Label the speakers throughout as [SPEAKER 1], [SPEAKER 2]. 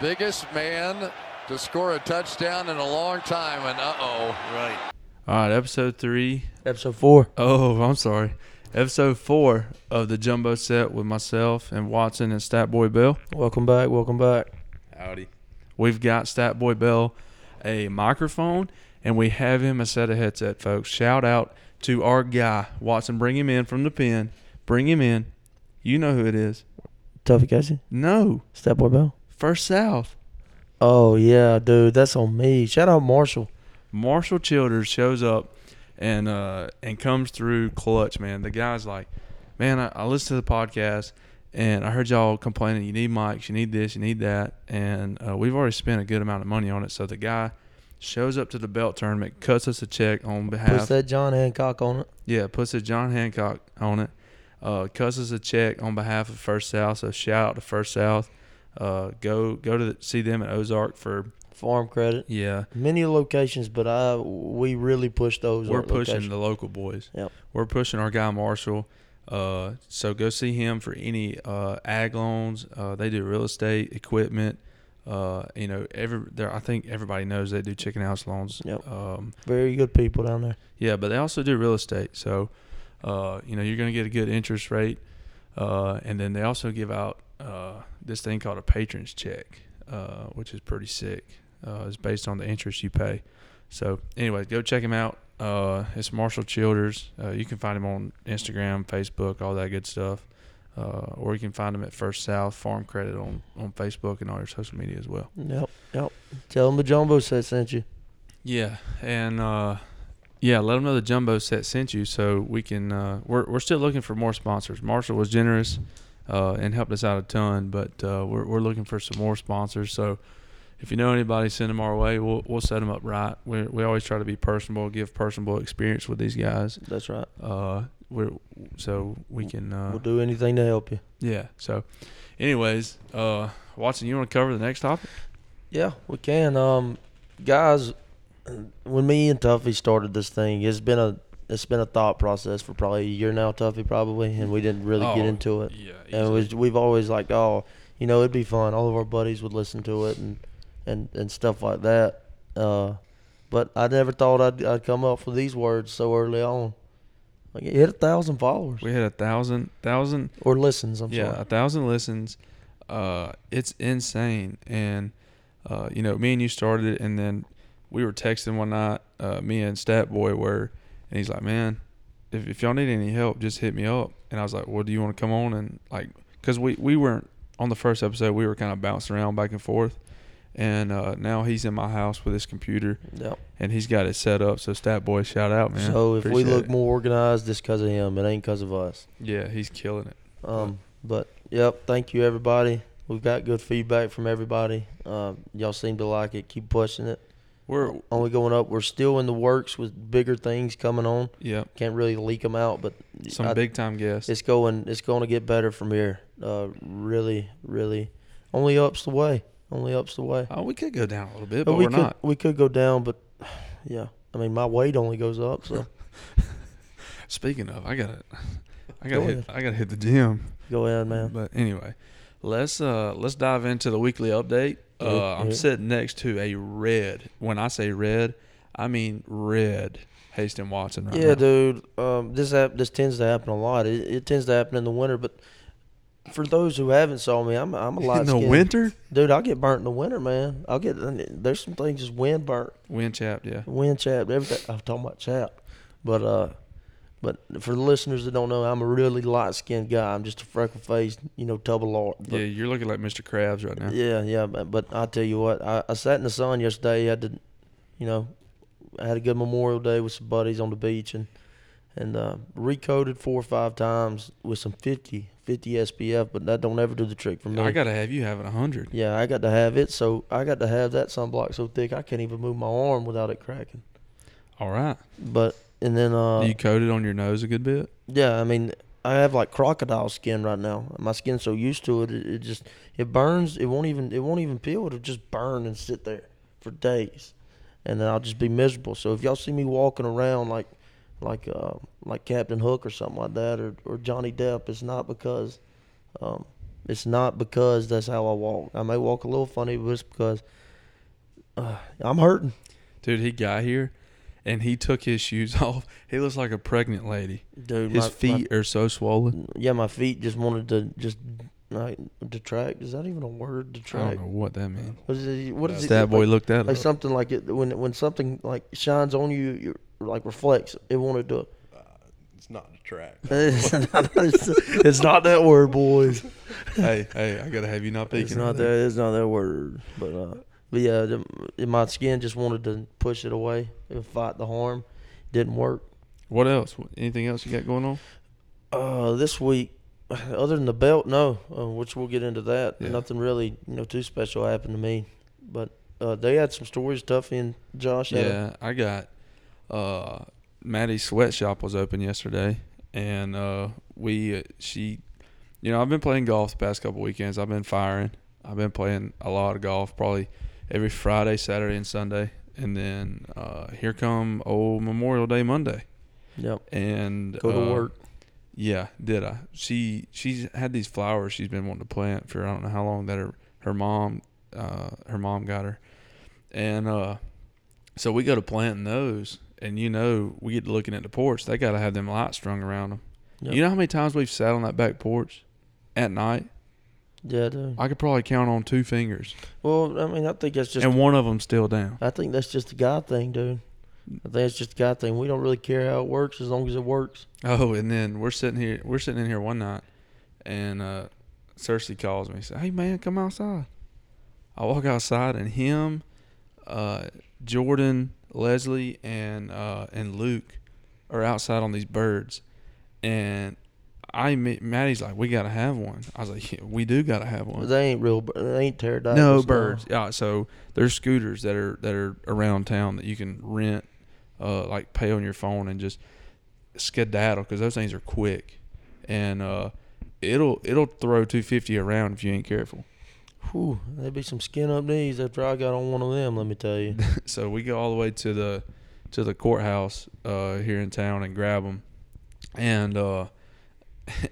[SPEAKER 1] biggest man to score a touchdown in a long time, and uh oh.
[SPEAKER 2] Right.
[SPEAKER 3] All right, episode three.
[SPEAKER 4] Episode four.
[SPEAKER 3] Oh, I'm sorry. Episode four of the jumbo set with myself and Watson and Stat Boy Bill.
[SPEAKER 4] Welcome back. Welcome back.
[SPEAKER 3] Howdy. We've got Stat Boy Bell a microphone and we have him a set of headset, folks. Shout out to our guy, Watson. Bring him in from the pen. Bring him in. You know who it is.
[SPEAKER 4] Tuffy Casey.
[SPEAKER 3] No.
[SPEAKER 4] Step Boy Bell.
[SPEAKER 3] First South.
[SPEAKER 4] Oh yeah, dude. That's on me. Shout out Marshall.
[SPEAKER 3] Marshall Childers shows up and uh and comes through clutch, man. The guy's like, Man, I, I listened to the podcast and I heard y'all complaining you need mics, you need this, you need that, and uh, we've already spent a good amount of money on it. So the guy shows up to the belt tournament, cuts us a check on
[SPEAKER 4] Puts
[SPEAKER 3] behalf
[SPEAKER 4] that John Hancock on it.
[SPEAKER 3] Yeah, puts a John Hancock on it. Uh, cusses a check on behalf of First South. So shout out to First South. Uh, go go to the, see them at Ozark for
[SPEAKER 4] Farm credit.
[SPEAKER 3] yeah.
[SPEAKER 4] Many locations, but I we really push those.
[SPEAKER 3] We're
[SPEAKER 4] on
[SPEAKER 3] pushing
[SPEAKER 4] location.
[SPEAKER 3] the local boys.
[SPEAKER 4] Yep.
[SPEAKER 3] We're pushing our guy Marshall. Uh, so go see him for any uh, ag loans. Uh, they do real estate, equipment. Uh, you know, every there. I think everybody knows they do chicken house loans.
[SPEAKER 4] Yep.
[SPEAKER 3] Um,
[SPEAKER 4] very good people down there.
[SPEAKER 3] Yeah, but they also do real estate. So, uh, you know, you're going to get a good interest rate. Uh, and then they also give out uh, this thing called a patron's check, uh, which is pretty sick. Uh, it's based on the interest you pay. So, anyway, go check him out. Uh, it's Marshall Childers. Uh, you can find him on Instagram, Facebook, all that good stuff. Uh, or you can find him at First South Farm Credit on, on Facebook and all your social media as well.
[SPEAKER 4] Yep. Yep. Tell them the jumbo set sent you.
[SPEAKER 3] Yeah, and uh, yeah, let them know the jumbo set sent you, so we can. Uh, we're we're still looking for more sponsors. Marshall was generous uh, and helped us out a ton, but uh, we're we're looking for some more sponsors. So if you know anybody, send them our way. We'll we'll set them up right. We we always try to be personable, give personable experience with these guys.
[SPEAKER 4] That's right.
[SPEAKER 3] Uh, we're so we can. Uh,
[SPEAKER 4] we'll do anything to help you.
[SPEAKER 3] yeah. So, anyways, uh, Watson, you want to cover the next topic?
[SPEAKER 4] Yeah, we can. Um, guys, when me and Tuffy started this thing, it's been a it's been a thought process for probably a year now, Tuffy probably, and we didn't really get
[SPEAKER 3] Oh,
[SPEAKER 4] into it.
[SPEAKER 3] Yeah.
[SPEAKER 4] And it was, we've always like, oh, you know, it'd be fun. All of our buddies would listen to it and and and stuff like that. Uh, but I never thought I'd I'd come up with these words so early on. Like it hit a thousand followers
[SPEAKER 3] we had a thousand thousand
[SPEAKER 4] or listens. I'm
[SPEAKER 3] yeah, a
[SPEAKER 4] sorry.
[SPEAKER 3] thousand listens. Uh, it's insane, and uh, you know, me and you started it, and then we were texting one night. Uh, me and Stat Boy were, and he's like, "Man, if, if y'all need any help, just hit me up." And I was like, "Well, do you want to come on and like?" Because we we weren't on the first episode. We were kind of bouncing around back and forth, and uh, now he's in my house with his computer,
[SPEAKER 4] Yep.
[SPEAKER 3] and he's got it set up. So Stat Boy, shout out, man.
[SPEAKER 4] so if we
[SPEAKER 3] Appreciate
[SPEAKER 4] look
[SPEAKER 3] it.
[SPEAKER 4] more organized, it's because of him. It ain't because of us.
[SPEAKER 3] yeah, he's killing it.
[SPEAKER 4] Um, but yep, thank you everybody. We've got good feedback from everybody. Um, y'all seem to like it. Keep pushing it.
[SPEAKER 3] We're
[SPEAKER 4] Only going up. We're still in the works with bigger things coming on.
[SPEAKER 3] yeah,
[SPEAKER 4] Can't really leak them out, but
[SPEAKER 3] some
[SPEAKER 4] I-
[SPEAKER 3] big time guests.
[SPEAKER 4] It's going. It's going to get better from here. Uh, really, really. Only ups the way. Only ups the way.
[SPEAKER 3] Oh, we could go down a little bit, but,
[SPEAKER 4] But we
[SPEAKER 3] we are
[SPEAKER 4] could
[SPEAKER 3] not.
[SPEAKER 4] we could go down, but yeah. I mean, my weight only goes up. So
[SPEAKER 3] Speaking of, I gotta, I
[SPEAKER 4] Go
[SPEAKER 3] gotta, hit, I gotta hit the gym.
[SPEAKER 4] go ahead, man.
[SPEAKER 3] But anyway, let's uh let's dive into the weekly update. Uh,
[SPEAKER 4] Yeah,
[SPEAKER 3] I'm
[SPEAKER 4] yeah.
[SPEAKER 3] sitting next to a red. When I say red, I mean red Haston Watson. Right
[SPEAKER 4] Yeah,
[SPEAKER 3] now.
[SPEAKER 4] dude. Um, this hap- this tends to happen a lot. It, it tends to happen in the winter, but for those who haven't saw me, I'm I'm a light
[SPEAKER 3] In the
[SPEAKER 4] skin.
[SPEAKER 3] winter,
[SPEAKER 4] dude. I'll get burnt in the winter, man. I'll get uh, there's some things just wind burnt,
[SPEAKER 3] wind chap. Yeah,
[SPEAKER 4] wind chapped, everything. I'm talking about chapped, but uh, but for the listeners that don't know, I'm a really light skinned guy. I'm just a freckle faced, you know, tub of lard. But-
[SPEAKER 3] yeah. You're looking like Mr. Krabs right now.
[SPEAKER 4] yeah, yeah, but, but I tell you what, I, I sat in the sun yesterday. I had to, you know, I had a good Memorial Day with some buddies on the beach and and uh, recoded four or five times with some 50, 50 SPF, but that don't ever do the trick for me.
[SPEAKER 3] I gotta have you having a hundred.
[SPEAKER 4] yeah, I got to have it, so I got to have that sunblock so thick I can't even move my arm without it cracking.
[SPEAKER 3] All right.
[SPEAKER 4] But and then uh,
[SPEAKER 3] Do you coat it on your nose a good bit?
[SPEAKER 4] yeah, I mean. I have like crocodile skin right now. My skin's so used to it, it, it just it burns. It won't even it won't even peel. It'll just burn and sit there for days, and then I'll just be miserable. So if y'all see me walking around like like uh, like Captain Hook or something like that, or, or Johnny Depp, it's not because um, It's not because that's how I walk. I may walk a little funny, but it's because uh, I'm hurting.
[SPEAKER 3] Dude, he got here and he took his shoes off. He looks like a pregnant lady.
[SPEAKER 4] Dude,
[SPEAKER 3] His
[SPEAKER 4] my- my-
[SPEAKER 3] feet are so swollen.
[SPEAKER 4] yeah, my feet just wanted to just like detract. Is that even a word?
[SPEAKER 3] I
[SPEAKER 4] Detract.
[SPEAKER 3] don't know what that means.
[SPEAKER 4] What is it? What is it?
[SPEAKER 3] That boy
[SPEAKER 4] like,
[SPEAKER 3] looked that
[SPEAKER 4] like
[SPEAKER 3] up.
[SPEAKER 4] something like it when when something like shines on you, you like reflects. It wanted to.
[SPEAKER 2] Uh, It's not a track.
[SPEAKER 4] it's, not, it's, it's not that word, boys.
[SPEAKER 3] hey, hey, I gotta have you not peeking.
[SPEAKER 4] It's not that. It's not that word. But uh, but yeah, the, my skin just wanted to push it away and fight the harm. Didn't work.
[SPEAKER 3] What else? Anything else you got going on?
[SPEAKER 4] Uh, this week, other than the belt, no, uh, which we'll get into that.
[SPEAKER 3] Yeah.
[SPEAKER 4] Nothing really, you know, too special happened to me. But uh, they had some stories. Duffy and Josh. Had a-
[SPEAKER 3] Yeah, I got uh Maddie's sweatshop was open yesterday and uh we she you know, I've been playing golf the past couple weekends. I've been firing. I've been playing a lot of golf, probably every Friday, Saturday and Sunday. And then uh here come old Memorial Day Monday.
[SPEAKER 4] yep.
[SPEAKER 3] And
[SPEAKER 4] Go to
[SPEAKER 3] uh,
[SPEAKER 4] work.
[SPEAKER 3] Yeah, did I? She she's had these flowers she's been wanting to plant for I don't know how long that her her mom uh her mom got her. And uh so we go to planting those and you know we get to looking at the porch, they got to have them lights strung around them.
[SPEAKER 4] Yep.
[SPEAKER 3] You know how many times we've sat on that back porch at night?
[SPEAKER 4] Yeah, dude.
[SPEAKER 3] I could probably count on two fingers.
[SPEAKER 4] Well, I mean, I think that's just.
[SPEAKER 3] and one of them's still down.
[SPEAKER 4] I think that's just a guy thing, dude. I think it's just a guy thing. We don't really care how it works as long as it works.
[SPEAKER 3] Oh, and then we're sitting here. We're sitting in here one night, and uh, Cersei calls me. Says, "Hey, man, come outside." I walk outside, and him, uh, Jordan, Leslie, and uh, and Luke are outside on these birds, and I imme- Maddie's like, "We gotta have one." I was like, yeah, "We do gotta have one."
[SPEAKER 4] They ain't real. bir- They ain't pterodactyls.
[SPEAKER 3] no birds. Yeah, so there's scooters that are that are around town that you can rent, uh, like pay on your phone and just skedaddle because those things are quick, and uh, it'll it'll throw 250 around if you ain't careful.
[SPEAKER 4] Whew, there'd be some skin up knees after I got on one of them. Let me tell you.
[SPEAKER 3] so we go all the way to the to the courthouse uh, here in town and grab them, and uh,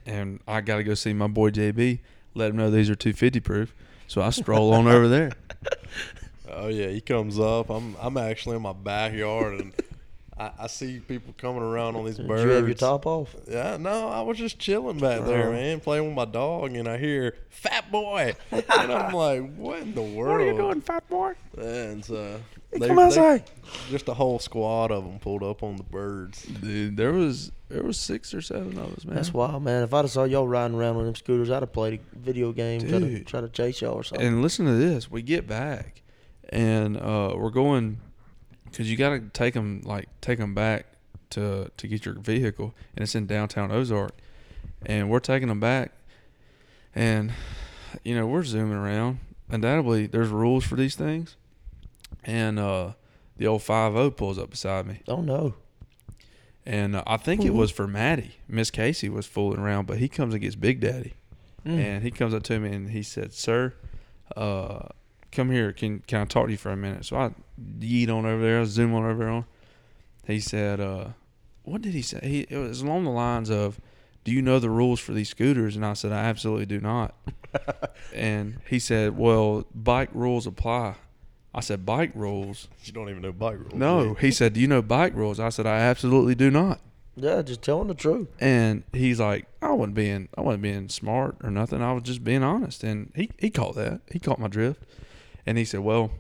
[SPEAKER 3] and I gotta go see my boy JB. Let him know these are 250 proof. So I stroll on over there.
[SPEAKER 2] Oh yeah, he comes up. I'm I'm actually in my backyard and I, I see people coming around on these
[SPEAKER 4] Did
[SPEAKER 2] birds.
[SPEAKER 4] you have your top off?
[SPEAKER 2] Yeah, no, I was just chilling back there,
[SPEAKER 4] Wow.
[SPEAKER 2] man, playing with my dog, and I hear "Fat Boy," and I'm like, "What in the world?" What are you doing, Fat Boy? And so they,
[SPEAKER 4] Come outside.
[SPEAKER 2] just a whole squad of them pulled up on the birds.
[SPEAKER 3] Dude, there was there was six or seven of us, man.
[SPEAKER 4] That's wild, man. If I'd have saw y'all riding around on them scooters, I'd have played a video game, try to,
[SPEAKER 3] Dude.
[SPEAKER 4] try to chase y'all or something.
[SPEAKER 3] and listen to this. We get back, and uh, we're going because you got to take them like take them back to to get your vehicle, and it's in downtown Ozark, and we're taking them back, and you know we're zooming around. Undoubtedly, there's rules for these things, and uh, the old five O pulls up beside me,
[SPEAKER 4] oh no,
[SPEAKER 3] and uh, I think it was for Maddie. Miss Casey was fooling around, but he comes and gets Big Daddy. And he comes up to me and he said, "Sir, uh, come here. Can can I talk to you for a minute?" So I yeet on over there. I zoom on over on. He said, uh, "What did he say?" He, it was along the lines of, "Do you know the rules for these scooters?" And I said, "I absolutely do not." and he said, "Well, bike rules apply." I said, "Bike rules."
[SPEAKER 2] You don't even know bike rules.
[SPEAKER 3] No, he said, "Do you know bike rules?" I said, "I absolutely do not."
[SPEAKER 4] yeah, just telling the truth.
[SPEAKER 3] And he's like, I wasn't being, I wasn't being smart or nothing. I was just being honest. And he, he caught that. He caught my drift. And he said, well,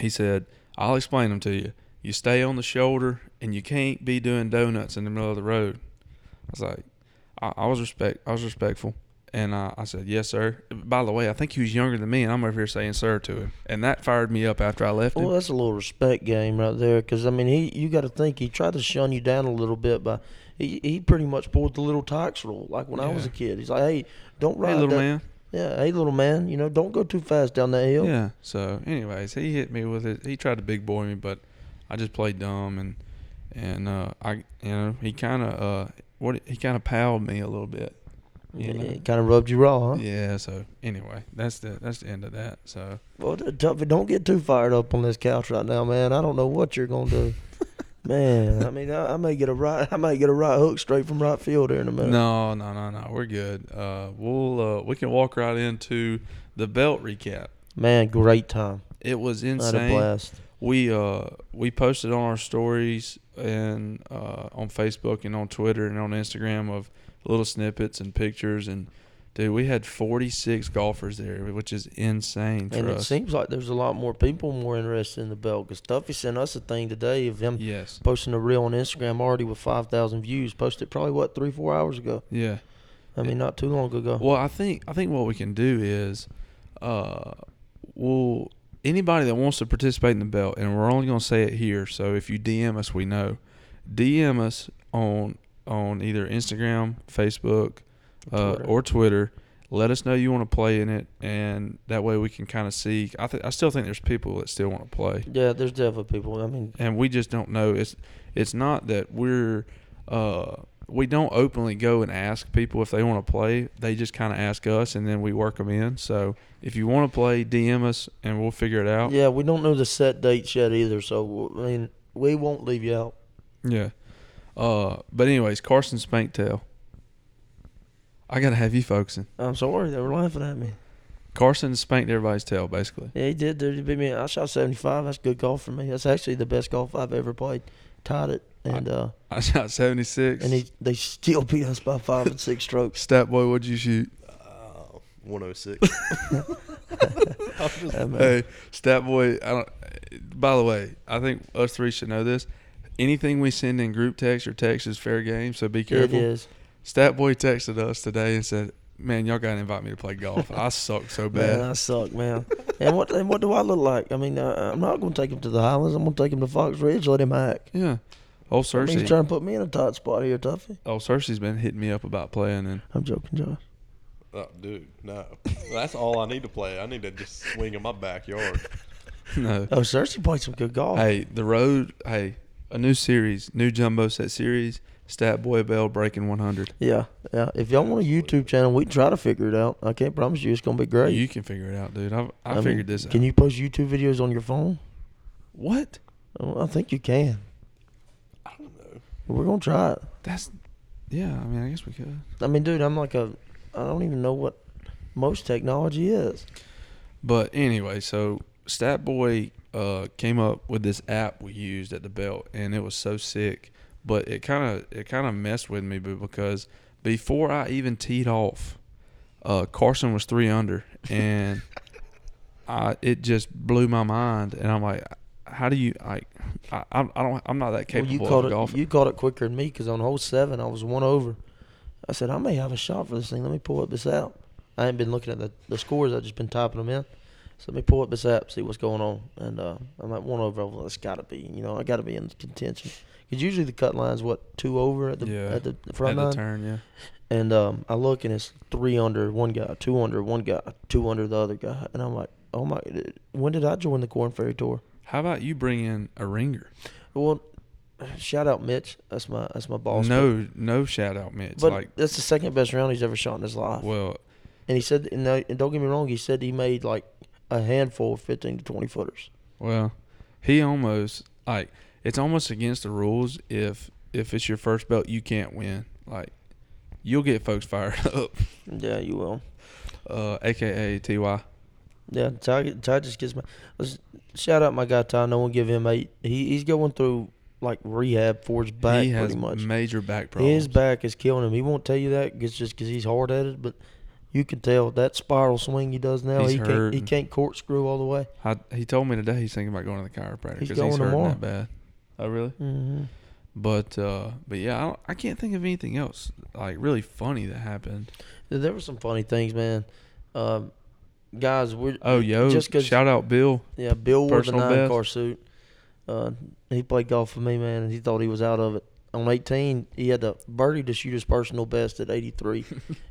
[SPEAKER 3] he said, I'll explain them to you. You stay on the shoulder and you can't be doing donuts in the middle of the road. I was like, I, I was respect, I was respectful. And I, I said, yes, sir. By the way, I think he was younger than me and I'm over here saying sir to him. And that fired me up after I left him.
[SPEAKER 4] Well, that's a little respect game right there, because I mean, he you got to think he tried to shun you down a little bit by he, he pretty much pulled the little tax rule, like when I was a
[SPEAKER 3] Yeah.
[SPEAKER 4] kid. He's like, hey, don't ride,
[SPEAKER 3] Hey, little
[SPEAKER 4] that-
[SPEAKER 3] man.
[SPEAKER 4] Yeah, hey, little man, you know, don't go too fast down that hill.
[SPEAKER 3] Yeah. So, anyways, he hit me with it. He tried to big boy me, but I just played dumb and and uh, I you know he kind of uh what he kind of palled me a little bit. You know?
[SPEAKER 4] it kind of rubbed you raw, huh?
[SPEAKER 3] Yeah. So anyway, that's the that's the end of that. So
[SPEAKER 4] Well, Tuffy, don't get too fired up on this couch right now, man. I don't know what you're gonna do. Man, I mean, I, I may get a right, I might get a right hook straight from right field here in a minute.
[SPEAKER 3] No, no, no, no. We're good. Uh, we'll uh, we can walk right into the belt recap.
[SPEAKER 4] Man, great time.
[SPEAKER 3] It was
[SPEAKER 4] I had a
[SPEAKER 3] insane.
[SPEAKER 4] blast.
[SPEAKER 3] We uh we posted on our stories and uh, on Facebook and on Twitter and on Instagram of little snippets and pictures and dude, we had 46 golfers there, which is insane for
[SPEAKER 4] And it
[SPEAKER 3] us.
[SPEAKER 4] seems like there's a lot more people more interested in the belt because Duffy sent us a thing today of him
[SPEAKER 3] yes.
[SPEAKER 4] posting a reel on Instagram already with 5,000 views. Posted probably, what, three, four hours ago?
[SPEAKER 3] Yeah.
[SPEAKER 4] I mean, not too long ago.
[SPEAKER 3] Well, I think I think what we can do is, uh, we'll anybody that wants to participate in the belt, and we're only going to say it here. So if you DM us, we know. DM us on on either Instagram, Facebook, uh,
[SPEAKER 4] Twitter.
[SPEAKER 3] or Twitter. Let us know you want to play in it, and that way we can kind of see. I th- I still think there's people that still want to play
[SPEAKER 4] yeah, there's definitely people. I mean,
[SPEAKER 3] and we just don't know. It's it's not that we're uh, we don't openly go and ask people if they want to play. They just kind of ask us, and then we work them in. So if you want to play, DM us, and we'll figure it out.
[SPEAKER 4] yeah, we don't know the set dates yet either. So, I mean, we won't leave you out.
[SPEAKER 3] Yeah. Uh, but anyways, Carson Spanktail. I gotta have you focusing.
[SPEAKER 4] I'm sorry, they were laughing at me.
[SPEAKER 3] Carson spanked everybody's tail, basically.
[SPEAKER 4] Yeah, he did, dude. He beat me. I shot 75. That's good golf for me. That's actually the best golf I've ever played. Tied it, and uh,
[SPEAKER 3] I shot seventy six.
[SPEAKER 4] and he, they still beat us by five and six strokes.
[SPEAKER 3] Stat boy, what'd you shoot?
[SPEAKER 2] Oh, 106. I'm just-
[SPEAKER 4] I mean,
[SPEAKER 3] Hey, Stat Boy. I don't. By the way, I think us three should know this. Anything we send in group text or text is fair game, so be
[SPEAKER 4] it
[SPEAKER 3] careful.
[SPEAKER 4] is.
[SPEAKER 3] Stat Boy texted us today and said, "Man, y'all gotta invite me to play golf. I suck so
[SPEAKER 4] Man,
[SPEAKER 3] bad."
[SPEAKER 4] I suck, man. and what and what do I look like? I mean, uh, I'm not going to take him to the Highlands. I'm going to take him to Fox Ridge. Let him hack.
[SPEAKER 3] yeah. Old
[SPEAKER 4] I mean,
[SPEAKER 3] Cersei.
[SPEAKER 4] he's trying to put me in a tight spot here, Tuffy.
[SPEAKER 3] old Cersei's been hitting me up about playing, and
[SPEAKER 4] I'm joking, Josh.
[SPEAKER 2] oh, dude, no. That's all I need to play. I need to just swing in my backyard.
[SPEAKER 3] no.
[SPEAKER 4] Oh, Cersei played some good golf.
[SPEAKER 3] Hey, the road. Hey, a new series, new jumbo set series. Stat Boy Bell breaking 100.
[SPEAKER 4] Yeah, yeah. If y'all want a YouTube channel, we can try to figure it out. I can't promise you it's going to be great.
[SPEAKER 3] You can figure it out, dude. I've, I,
[SPEAKER 4] mean,
[SPEAKER 3] figured this out.
[SPEAKER 4] Can you post YouTube videos on your phone?
[SPEAKER 3] What?
[SPEAKER 4] Oh, I think you can.
[SPEAKER 2] I don't know.
[SPEAKER 4] We're gonna try it.
[SPEAKER 3] That's. Yeah. I mean, I guess we could.
[SPEAKER 4] I mean, dude, I'm like a, I don't even know what most technology is.
[SPEAKER 3] But anyway, so Stat Boy uh, came up with this app we used at the belt, and it was so sick. But it kind of it kind of messed with me, but because before I even teed off, uh, Carson was three under, and I it just blew my mind. And I'm like, how do you like? I I'm- I don't I'm not that
[SPEAKER 4] Well, you
[SPEAKER 3] capable of
[SPEAKER 4] caught it.
[SPEAKER 3] golfing.
[SPEAKER 4] You caught it quicker than me because on hole seven I was one over. I said I may have a shot for this thing. Let me pull up this app. I ain't been looking at the, the scores. I've just been typing them in. So let me pull up this app, see what's going on. And uh, I'm at one over. I was like, it's got to be. You know, I got to be in contention. Because usually the cut line's what two over at the
[SPEAKER 3] Yeah,
[SPEAKER 4] at the front
[SPEAKER 3] at
[SPEAKER 4] line.
[SPEAKER 3] the turn, yeah.
[SPEAKER 4] And um, I look and it's three under one guy, two under one guy, two under the other guy, and I'm like, oh my! When did I join the Corn Ferry Tour?
[SPEAKER 3] How about you bring in a ringer?
[SPEAKER 4] Well, shout out Mitch. That's my that's my boss.
[SPEAKER 3] no, no shout out, Mitch.
[SPEAKER 4] but, but
[SPEAKER 3] like,
[SPEAKER 4] that's the second best round he's ever shot in his life.
[SPEAKER 3] well,
[SPEAKER 4] and he said, and, no- and don't get me wrong, he said he made like a handful of fifteen to twenty footers.
[SPEAKER 3] Well, he almost like it's almost against the rules if if it's your first belt you can't win. Like you'll get folks fired up.
[SPEAKER 4] Yeah, you will.
[SPEAKER 3] Uh aka TY.
[SPEAKER 4] Yeah, Ty, Ty just gets my. Let's shout out my guy Ty. No one give him eight. He he's going through like rehab for his back
[SPEAKER 3] he has
[SPEAKER 4] pretty much.
[SPEAKER 3] major back problems.
[SPEAKER 4] His back is killing him. He won't tell you that 'cause- just because he's hard headed, but you can tell that spiral swing he does now.
[SPEAKER 3] He's
[SPEAKER 4] he can't he
[SPEAKER 3] hurting.
[SPEAKER 4] can't corkscrew all the way.
[SPEAKER 3] I, he told me today he's thinking about going to the chiropractor because
[SPEAKER 4] He's
[SPEAKER 3] he's,
[SPEAKER 4] going
[SPEAKER 3] hurting
[SPEAKER 4] tomorrow.
[SPEAKER 3] that bad. Oh really?
[SPEAKER 4] Mm-hmm.
[SPEAKER 3] But uh but yeah, I, don't, I can't think of anything else like really funny that happened.
[SPEAKER 4] There were some funny things, man. Um, guys, we're
[SPEAKER 3] Oh yo,
[SPEAKER 4] just because
[SPEAKER 3] shout out Bill.
[SPEAKER 4] yeah, Bill wore the
[SPEAKER 3] personal
[SPEAKER 4] nine
[SPEAKER 3] best.
[SPEAKER 4] car suit. Uh, he played golf with me, man, and he thought he was out of it. On 18, he had to birdie to shoot his personal best at 83.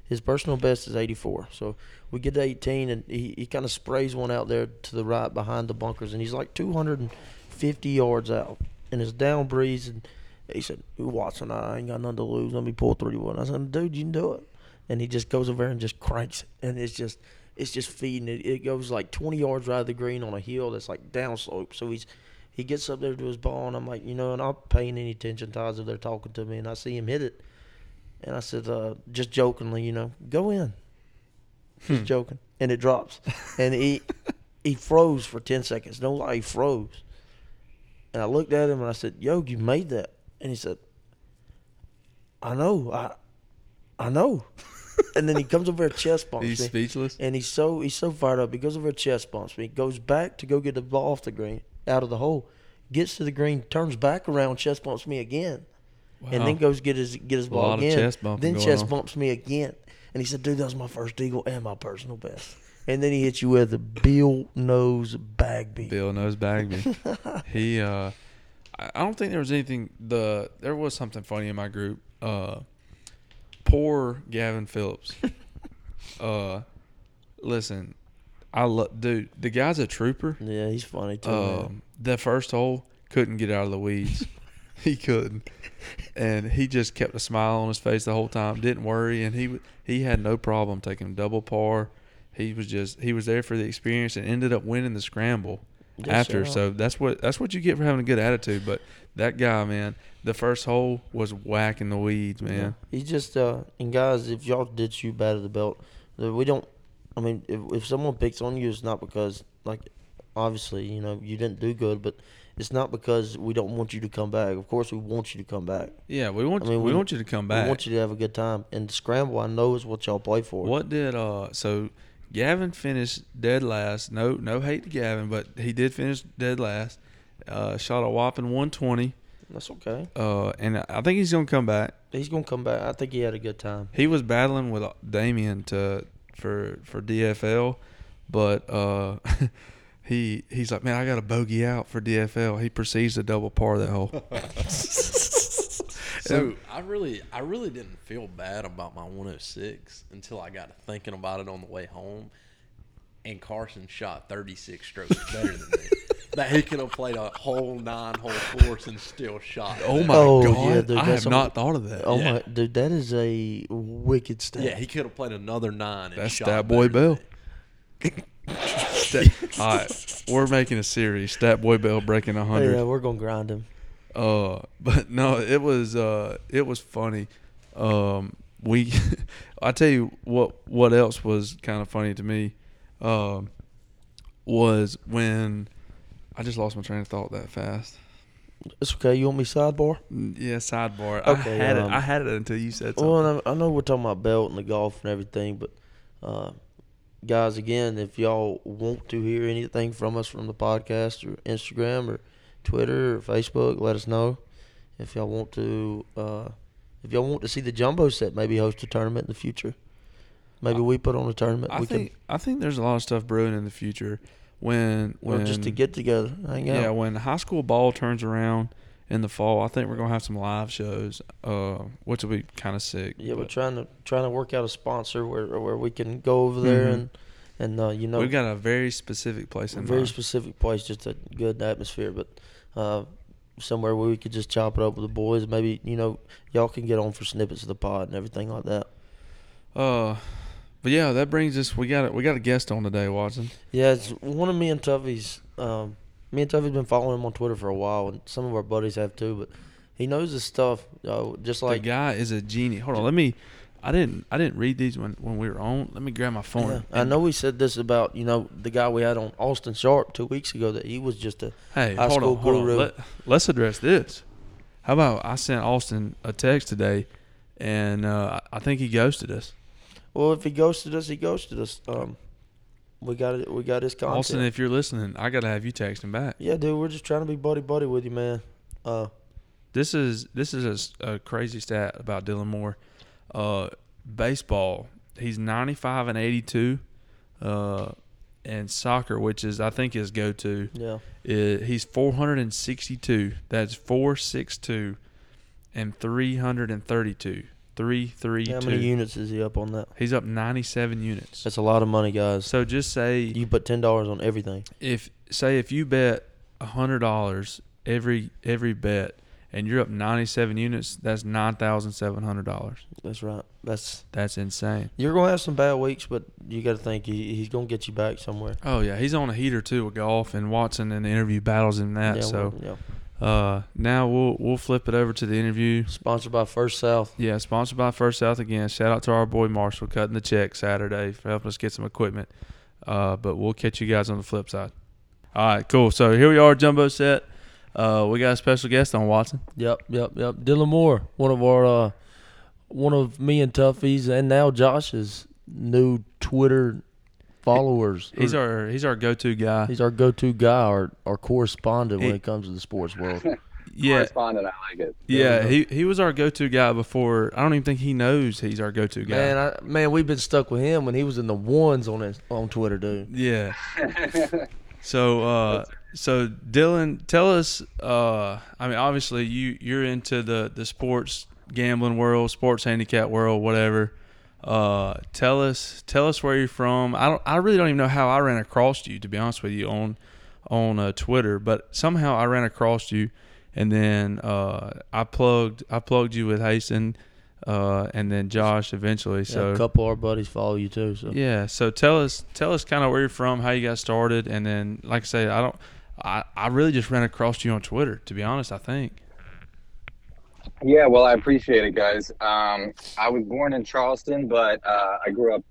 [SPEAKER 4] his personal best is 84. So we get to 18, and he, he kind of sprays one out there to the right behind the bunkers, and he's like 250 yards out, and it's down breeze. And he said, Watson, I ain't got nothing to lose. Let me pull 31. I said, dude, you can do it. And he just goes over there and just cranks it, and it's just it's just feeding it. It goes like 20 yards right of the green on a hill that's like down slope. So he's he gets up there to his ball, and I'm like, you know, and I'm not paying any attention to eyes if they're talking to me, and I see him hit it, and I said, uh, just jokingly, you know, go in, just joking, and it drops, and he he froze for ten seconds. No lie, he froze, and I looked at him and I said, "Yo, you made that," and he said, "I know, I, I know," and then he comes over and chest bumps
[SPEAKER 3] He's
[SPEAKER 4] me.
[SPEAKER 3] speechless.
[SPEAKER 4] And he's so he's so fired up. He goes over a chest bumps me. He goes back to go get the ball off the green, out of the hole. Gets to the green, turns back around, chest bumps me again, and then
[SPEAKER 3] Wow.
[SPEAKER 4] goes get his get his ball
[SPEAKER 3] Oh. lot of
[SPEAKER 4] again.
[SPEAKER 3] chest bumping
[SPEAKER 4] then
[SPEAKER 3] going
[SPEAKER 4] chest
[SPEAKER 3] on.
[SPEAKER 4] bumps me again, and he said, "Dude, that was my first eagle and my personal best." And then he hits you with a Bill nose Bagby.
[SPEAKER 3] Bill knows Bagby. he, uh, I I don't think there was anything. The there was something funny in my group. Uh, poor Gavin Phillips. uh, listen, I love dude. The guy's a trooper.
[SPEAKER 4] Yeah, he's funny too. man.
[SPEAKER 3] Um, the first hole couldn't get out of the weeds. he couldn't, and he just kept a smile on his face the whole time. Didn't worry, and he w- he had no problem taking double par. He was just he was there for the experience and ended up winning the scramble
[SPEAKER 4] Yes,
[SPEAKER 3] after.
[SPEAKER 4] sir.
[SPEAKER 3] So that's what that's what you get for having a good attitude. But that guy, man, the first hole was whacking the weeds, man.
[SPEAKER 4] He's just uh and guys, if y'all did shoot bad at the belt, that we don't. I mean, if if someone picks on you, it's not because like, obviously, you know, you didn't do good, but it's not because we don't want you to come back. Of course, we want you to come back.
[SPEAKER 3] Yeah, we want
[SPEAKER 4] I mean,
[SPEAKER 3] we,
[SPEAKER 4] we-
[SPEAKER 3] want you to come back.
[SPEAKER 4] We want you to have a good time. And scramble, I know, is what y'all play for.
[SPEAKER 3] What did uh so Gavin finished dead last. No no hate to Gavin, but he did finish dead last. Uh shot a whopping 120.
[SPEAKER 4] That's okay.
[SPEAKER 3] Uh and I think he's going to come back.
[SPEAKER 4] He's gonna come back. I think he had a good time.
[SPEAKER 3] He was battling with uh, Damien to for for DFL, but uh he he's like, "Man, I got a bogey out for DFL." He proceeds to double par that hole.
[SPEAKER 2] So I really, I really didn't feel bad about my 106 until I got to thinking about it on the way home, and Carson shot 36 strokes better than me. That he could have played a whole nine hole course and still shot.
[SPEAKER 3] Oh my
[SPEAKER 4] Oh,
[SPEAKER 3] god.
[SPEAKER 4] yeah, dude,
[SPEAKER 3] I
[SPEAKER 4] that's
[SPEAKER 3] have not
[SPEAKER 4] something-
[SPEAKER 3] thought of that.
[SPEAKER 4] Oh
[SPEAKER 2] Yeah.
[SPEAKER 4] my dude, that is a wicked stat.
[SPEAKER 2] Yeah, he could have played another nine. And
[SPEAKER 3] That's
[SPEAKER 2] shot
[SPEAKER 3] that boy
[SPEAKER 2] better than
[SPEAKER 3] Bell.
[SPEAKER 2] me.
[SPEAKER 3] Stat- all right, we're making a series. Stat boy Bell breaking a
[SPEAKER 4] Oh, yeah,
[SPEAKER 3] hundred.
[SPEAKER 4] we're gonna grind him.
[SPEAKER 3] Uh, but no, it was uh, it was funny. Um, we, I tell you what, what else was kind of funny to me, um, was when I just lost my train of thought that fast.
[SPEAKER 4] It's okay. You want me sidebar?
[SPEAKER 3] Yeah, sidebar. I
[SPEAKER 4] Okay,
[SPEAKER 3] had
[SPEAKER 4] um,
[SPEAKER 3] it. I had it until you said something.
[SPEAKER 4] Well, and I, I know we're talking about belt and the golf and everything, but uh, guys, again, if y'all want to hear anything from us from the podcast or Instagram or Twitter or Facebook, let us know. If y'all want to, uh, if y'all want to see the jumbo set, maybe host a tournament in the future. Maybe we put on a tournament.
[SPEAKER 3] I
[SPEAKER 4] we
[SPEAKER 3] think I think there's a lot of stuff brewing in the future. When
[SPEAKER 4] can, or
[SPEAKER 3] when
[SPEAKER 4] just to get together, hang
[SPEAKER 3] Yeah,
[SPEAKER 4] out.
[SPEAKER 3] when high school ball turns around in the fall, I think we're gonna have some live shows, uh, which will be kind of sick.
[SPEAKER 4] Yeah, we're
[SPEAKER 3] but
[SPEAKER 4] trying to trying to work out a sponsor where where we can go over there
[SPEAKER 3] Mhm.
[SPEAKER 4] and and uh, you know
[SPEAKER 3] we've got a very specific place in
[SPEAKER 4] very
[SPEAKER 3] mind.
[SPEAKER 4] specific place, just a good atmosphere, but uh, somewhere where we could just chop it up with the boys. Maybe you know y'all can get on for snippets of the pod and everything like that.
[SPEAKER 3] uh, but yeah, that brings us. We got it. We got a guest on today, Watson.
[SPEAKER 4] Yeah, it's one of me and Tuffy's. Um, me and Tuffy's been following him on Twitter for a while, and some of our buddies have too. But he knows his stuff, uh, just like
[SPEAKER 3] the guy is a genie. Hold on, let me. I didn't. I didn't read these when when we were on. Let me grab my phone.
[SPEAKER 4] Yeah, I
[SPEAKER 3] and-
[SPEAKER 4] know we said this about you know the guy we had on Austin Sharp two weeks ago that he was just a
[SPEAKER 3] Hey,
[SPEAKER 4] high
[SPEAKER 3] hold
[SPEAKER 4] school
[SPEAKER 3] on, hold on.
[SPEAKER 4] guru.
[SPEAKER 3] Let, let's address this. How about I sent Austin a text today, and uh, I I think he ghosted us.
[SPEAKER 4] well if he ghosted us he ghosted us. Um, we got it. We got his content.
[SPEAKER 3] Austin, if you're listening, I gotta have you text him back.
[SPEAKER 4] Yeah, dude, we're just trying to be buddy buddy with you, man. Uh,
[SPEAKER 3] This is this is a s- a, crazy stat about Dylan Moore. Uh, baseball, he's 95 and 82, uh, and soccer, which is I think his go-to,
[SPEAKER 4] yeah,
[SPEAKER 3] i- he's 462. That's 462 and 332.
[SPEAKER 4] how many
[SPEAKER 3] 332.
[SPEAKER 4] units is he up on that?
[SPEAKER 3] He's up 97 units.
[SPEAKER 4] That's a lot of money, guys.
[SPEAKER 3] So just say
[SPEAKER 4] You put ten dollars on everything.
[SPEAKER 3] if say if you bet a hundred dollars every every bet and you're up 97 units, that's $9,700.
[SPEAKER 4] That's right. That's
[SPEAKER 3] That's insane.
[SPEAKER 4] you're gonna have some bad weeks, but you got to think he, he's gonna get you back somewhere.
[SPEAKER 3] Oh, yeah. He's on a heater, too, with golf, and Watson in the interview battles him that.
[SPEAKER 4] yeah,
[SPEAKER 3] so
[SPEAKER 4] well, yeah.
[SPEAKER 3] uh, now we'll, we'll flip it over to the interview.
[SPEAKER 4] Sponsored by First South.
[SPEAKER 3] Yeah, sponsored by First South again. Shout out to our boy Marshall cutting the check Saturday for helping us get some equipment. Uh, but we'll catch you guys on the flip side. All right, cool. So here we are, jumbo set. Uh, we got a special guest on Watson.
[SPEAKER 4] Yep, yep, yep. Dylan Moore, one of our, uh, one of me and Tuffy's, and now Josh's new Twitter followers.
[SPEAKER 3] He's our he's our go to guy.
[SPEAKER 4] he's our go-to guy, our our correspondent when
[SPEAKER 3] He-
[SPEAKER 4] it comes to the sports world.
[SPEAKER 3] Yeah,
[SPEAKER 5] Correspondent, I like it.
[SPEAKER 3] yeah. He he was our go to guy before. I don't even think he knows he's our go to guy.
[SPEAKER 4] Man, I, man, we've been stuck with him when he was in the ones on his, on Twitter, dude.
[SPEAKER 3] Yeah. so uh so Dylan, tell us uh I mean obviously you you're into the the sports gambling world, sports handicap world, whatever. Uh tell us tell us where you're from. I don't I really don't even know how I ran across you to be honest with you on on uh, Twitter, but somehow I ran across you and then uh I plugged I plugged you with Hasten uh and then Josh eventually.
[SPEAKER 4] Yeah,
[SPEAKER 3] So
[SPEAKER 4] a couple of our buddies follow you too. So
[SPEAKER 3] yeah. So tell us, tell us kind of where you're from, how you got started, and then, like I say, I don't, I, I really just ran across you on Twitter. To be honest, I think.
[SPEAKER 5] Yeah, well, I appreciate it, guys. Um, I was born in Charleston, but uh, I grew up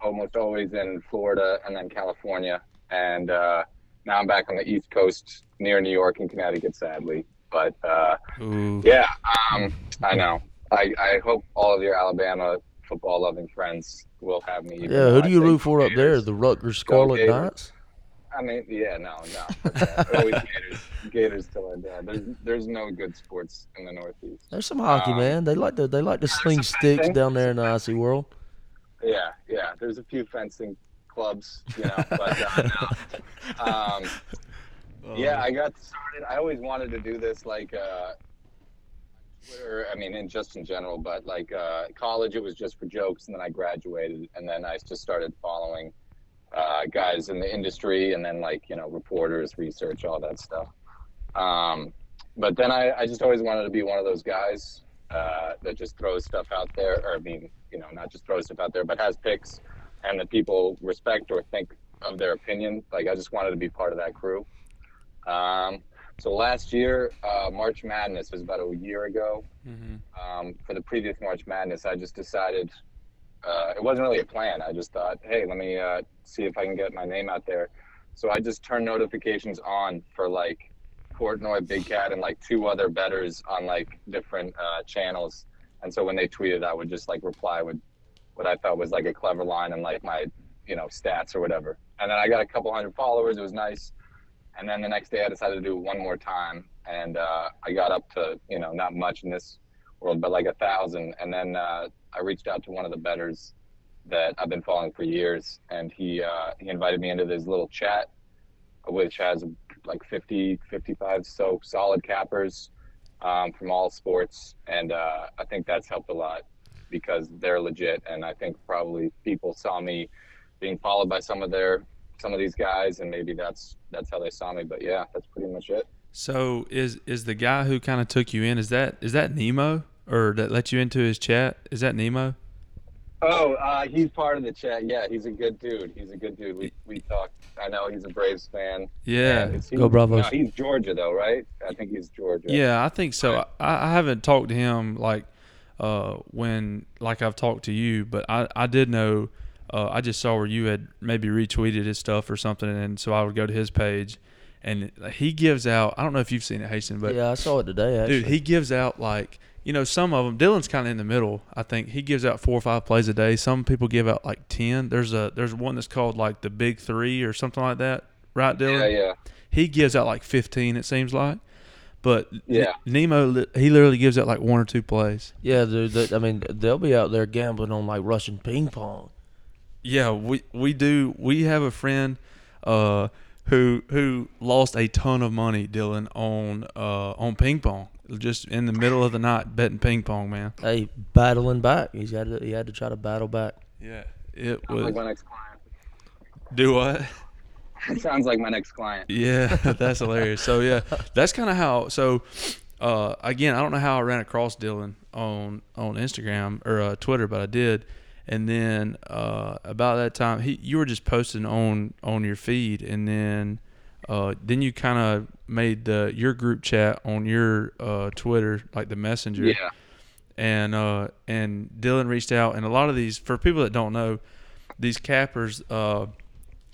[SPEAKER 5] almost always in Florida and then California, and uh, now I'm back on the East Coast near New York and Connecticut, sadly. But uh,
[SPEAKER 3] Ooh.
[SPEAKER 5] yeah, um, I know. I, I hope all of your Alabama football-loving friends will have me. even
[SPEAKER 4] yeah.
[SPEAKER 5] though
[SPEAKER 4] Who
[SPEAKER 5] I
[SPEAKER 4] do you
[SPEAKER 5] think
[SPEAKER 4] root for up there?
[SPEAKER 5] Gators-
[SPEAKER 4] The Rutgers Scarlet
[SPEAKER 5] Gators.
[SPEAKER 4] Knights.
[SPEAKER 5] I mean, yeah, no, no. They're Always Gators, Gators till I'm dead. There's, there's no good sports in the Northeast.
[SPEAKER 4] There's some hockey,
[SPEAKER 5] Um,
[SPEAKER 4] man. They like to they like to sling
[SPEAKER 5] some
[SPEAKER 4] sticks
[SPEAKER 5] fencing.
[SPEAKER 4] down there in the icy world.
[SPEAKER 5] Yeah, yeah. There's a few fencing clubs, you know, but uh, no. um,
[SPEAKER 2] Um,
[SPEAKER 5] yeah, I got started. I always wanted to do this, like uh, Twitter. I mean, in just in general, but like uh, college, it was just for jokes, and then I graduated, and then I just started following uh, guys in the industry, and then like you know, reporters, research, all that stuff. Um, but then I, I just always wanted to be one of those guys uh, that just throws stuff out there, or I mean, you know, not just throws stuff out there, but has picks and that people respect or think of their opinion. Like I just wanted to be part of that crew. Um, so last year, uh, March Madness was about a year ago.
[SPEAKER 3] Mm-hmm.
[SPEAKER 5] Um, for the previous March Madness, I just decided uh, it wasn't really a plan. I just thought, hey, let me uh, see if I can get my name out there. So I just turned notifications on for like Portnoy, Big Cat, and like two other betters on like different uh, channels. And so when they tweeted, I would just like reply with what I thought was like a clever line and like my, you know, stats or whatever. And then I got a couple hundred followers. It was nice. And then the next day, I decided to do it one more time, and uh, I got up to you know not much in this world, but like a thousand. And then uh, I reached out to one of the betters that I've been following for years, and he uh, he invited me into this little chat, which has like 50, 55 so solid cappers um, from all sports, and uh, I think that's helped a lot because they're legit, and I think probably people saw me being followed by some of their some of these guys, and maybe that's that's how they saw me. But yeah, that's pretty much it.
[SPEAKER 3] So is is the guy who kind of took you in? Is that is that Nemo or that let you into his chat? Is that Nemo?
[SPEAKER 5] Oh, uh, he's part of the chat. Yeah, he's a good dude. He's a good dude. We, we talked. I know he's a Braves fan.
[SPEAKER 3] Yeah.
[SPEAKER 5] And it's-
[SPEAKER 4] Go Bravos.
[SPEAKER 5] no, he's Georgia though, right? I think he's Georgia.
[SPEAKER 3] Yeah, I think so. I, I haven't talked to him like uh, when like I've talked to you, but I, I did know uh, I just saw where you had maybe retweeted his stuff or something, and so I would go to his page, and he gives out. I don't know if you've seen it, Hasten, but
[SPEAKER 4] yeah, I saw it today. Actually,
[SPEAKER 3] dude, he gives out like you know some of them. Dylan's kind of in the middle. I think he gives out four or five plays a day. Some people give out like ten. There's a there's one that's called like the Big Three or something like that, right, Dylan?
[SPEAKER 5] Yeah, yeah.
[SPEAKER 3] he gives out like 15 it seems like but
[SPEAKER 5] Yeah.
[SPEAKER 3] N- nemo li- he literally gives out like one or two plays
[SPEAKER 4] yeah, dude. They, I mean, they'll be out there gambling on like Russian ping pong.
[SPEAKER 3] yeah we we do we have a friend uh who who lost a ton of money dylan on uh on ping pong just in the middle of the night betting ping pong man
[SPEAKER 4] Hey, battling back. He's had to, he had to try to battle back.
[SPEAKER 3] yeah it
[SPEAKER 5] Sounds
[SPEAKER 3] was
[SPEAKER 5] like my next client.
[SPEAKER 3] do what
[SPEAKER 5] Sounds like my next client.
[SPEAKER 3] Yeah, that's hilarious. So yeah, that's kind of how. So uh, again, I don't know how I ran across Dylan on on Instagram or uh, Twitter, but I did. And then uh, about that time, he you were just posting on on your feed, and then uh, then you kind of made the your group chat on your uh, Twitter, like the messenger
[SPEAKER 5] Yeah.
[SPEAKER 3] and uh, and Dylan reached out, and a lot of these for people that don't know, these cappers, uh,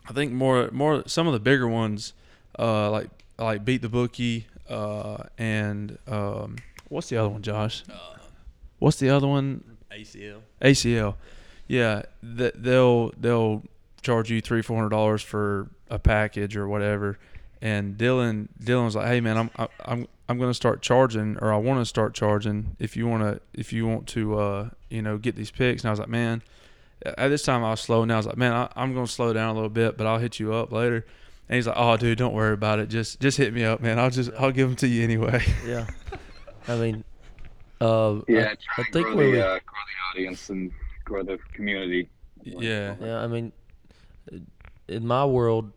[SPEAKER 3] I think more more some of the bigger ones, uh, like like beat the bookie, uh, and um, what's the other one, Josh? What's the other one?
[SPEAKER 2] ACL.
[SPEAKER 3] ACL. Yeah, th- they'll they'll charge you three four hundred dollars for a package or whatever. And Dylan Dylan was like, "Hey man, I'm I- I'm I'm going to start charging, or I want to start charging. If you want to if you want to uh, you know get these picks." And I was like, "Man." At this time, I was slow, and I was like, "Man, I, I'm gonna slow down a little bit, but I'll hit you up later." And he's like, "Oh, dude, don't worry about it. Just, just hit me up, man. I'll just, I'll give them to you anyway."
[SPEAKER 4] Yeah. I mean, uh, I-
[SPEAKER 5] Yeah,
[SPEAKER 4] I,
[SPEAKER 5] try and
[SPEAKER 4] think
[SPEAKER 5] grow
[SPEAKER 4] we
[SPEAKER 5] the,
[SPEAKER 4] were-
[SPEAKER 5] uh, grow the audience and grow the community.
[SPEAKER 3] yeah,
[SPEAKER 4] Yeah, I mean, uh, in my world,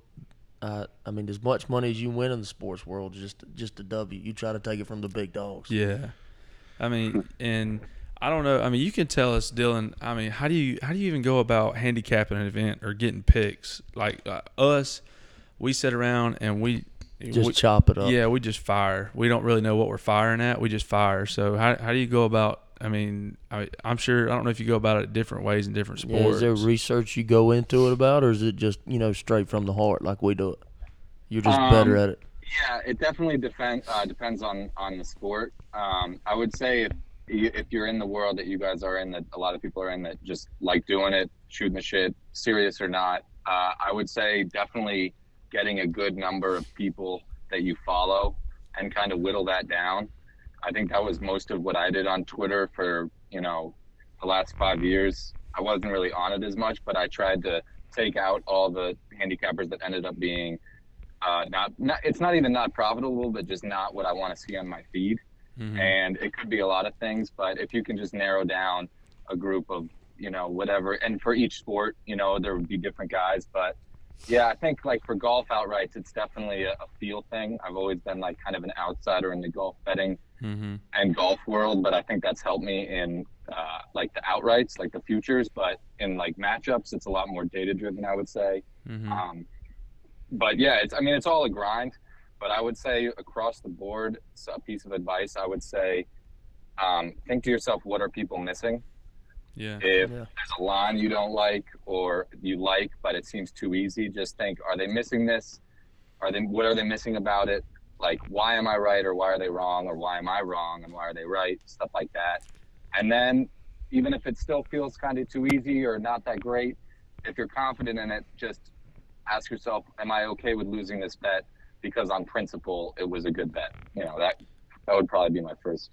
[SPEAKER 4] I I mean, as much money as you win in the sports world, just just a W. You try to take it from the big dogs.
[SPEAKER 3] Yeah, I mean, and I don't know. I mean, you can tell us, Dylan. I mean, how do you how do you even go about handicapping an event or getting picks? Like uh, us, we sit around and we
[SPEAKER 4] Just
[SPEAKER 3] we-
[SPEAKER 4] chop it up.
[SPEAKER 3] Yeah, we just fire. We don't really know what we're firing at. We just fire. So how how do you go about? I mean, I, I'm sure I don't know if you go about it different ways in different
[SPEAKER 4] Yeah,
[SPEAKER 3] sports.
[SPEAKER 4] is there research you go into it about, or is it just you know straight from the heart like we do it? You're just better
[SPEAKER 5] Um,
[SPEAKER 4] at it.
[SPEAKER 5] Yeah, it definitely depends. Uh, depends on on the sport. Um, I would say if you, if you're in the world that you guys are in, that a lot of people are in, that just like doing it, shooting the shit, serious or not. Uh, I would say definitely getting a good number of people that you follow and kind of whittle that down. I think that was most of what I did on Twitter for you know the last five years. I wasn't really on it as much, but I tried to take out all the handicappers that ended up being uh, not, not it's not even not profitable, but just not what I want to see on my feed.
[SPEAKER 3] Mhm.
[SPEAKER 5] And it could be a lot of things, but if you can just narrow down a group of you know whatever, and for each sport, you know there would be different guys, but yeah, I think like for golf outrights, it's definitely a, a feel thing. I've always been like kind of an outsider in the golf betting
[SPEAKER 3] Mhm.
[SPEAKER 5] and golf world, but I think that's helped me in uh, like the outrights, like the futures, but in like matchups, it's a lot more data driven, I would say.
[SPEAKER 3] Mhm.
[SPEAKER 5] Um, but yeah, it's I mean it's all a grind. But I would say across the board, so a piece of advice I would say, um, think to yourself, what are people missing?
[SPEAKER 3] Yeah.
[SPEAKER 5] If
[SPEAKER 4] Yeah.
[SPEAKER 5] there's a line you don't like or you like but it seems too easy, just think, are they missing this? Are they what are they missing about it? Like why am I right or why are they wrong or why am I wrong and why are they right? Stuff like that. And then even if it still feels kind of too easy or not that great, if you're confident in it, just ask yourself, am I okay with losing this bet because on principle it was a good bet. You know, that that would probably be my first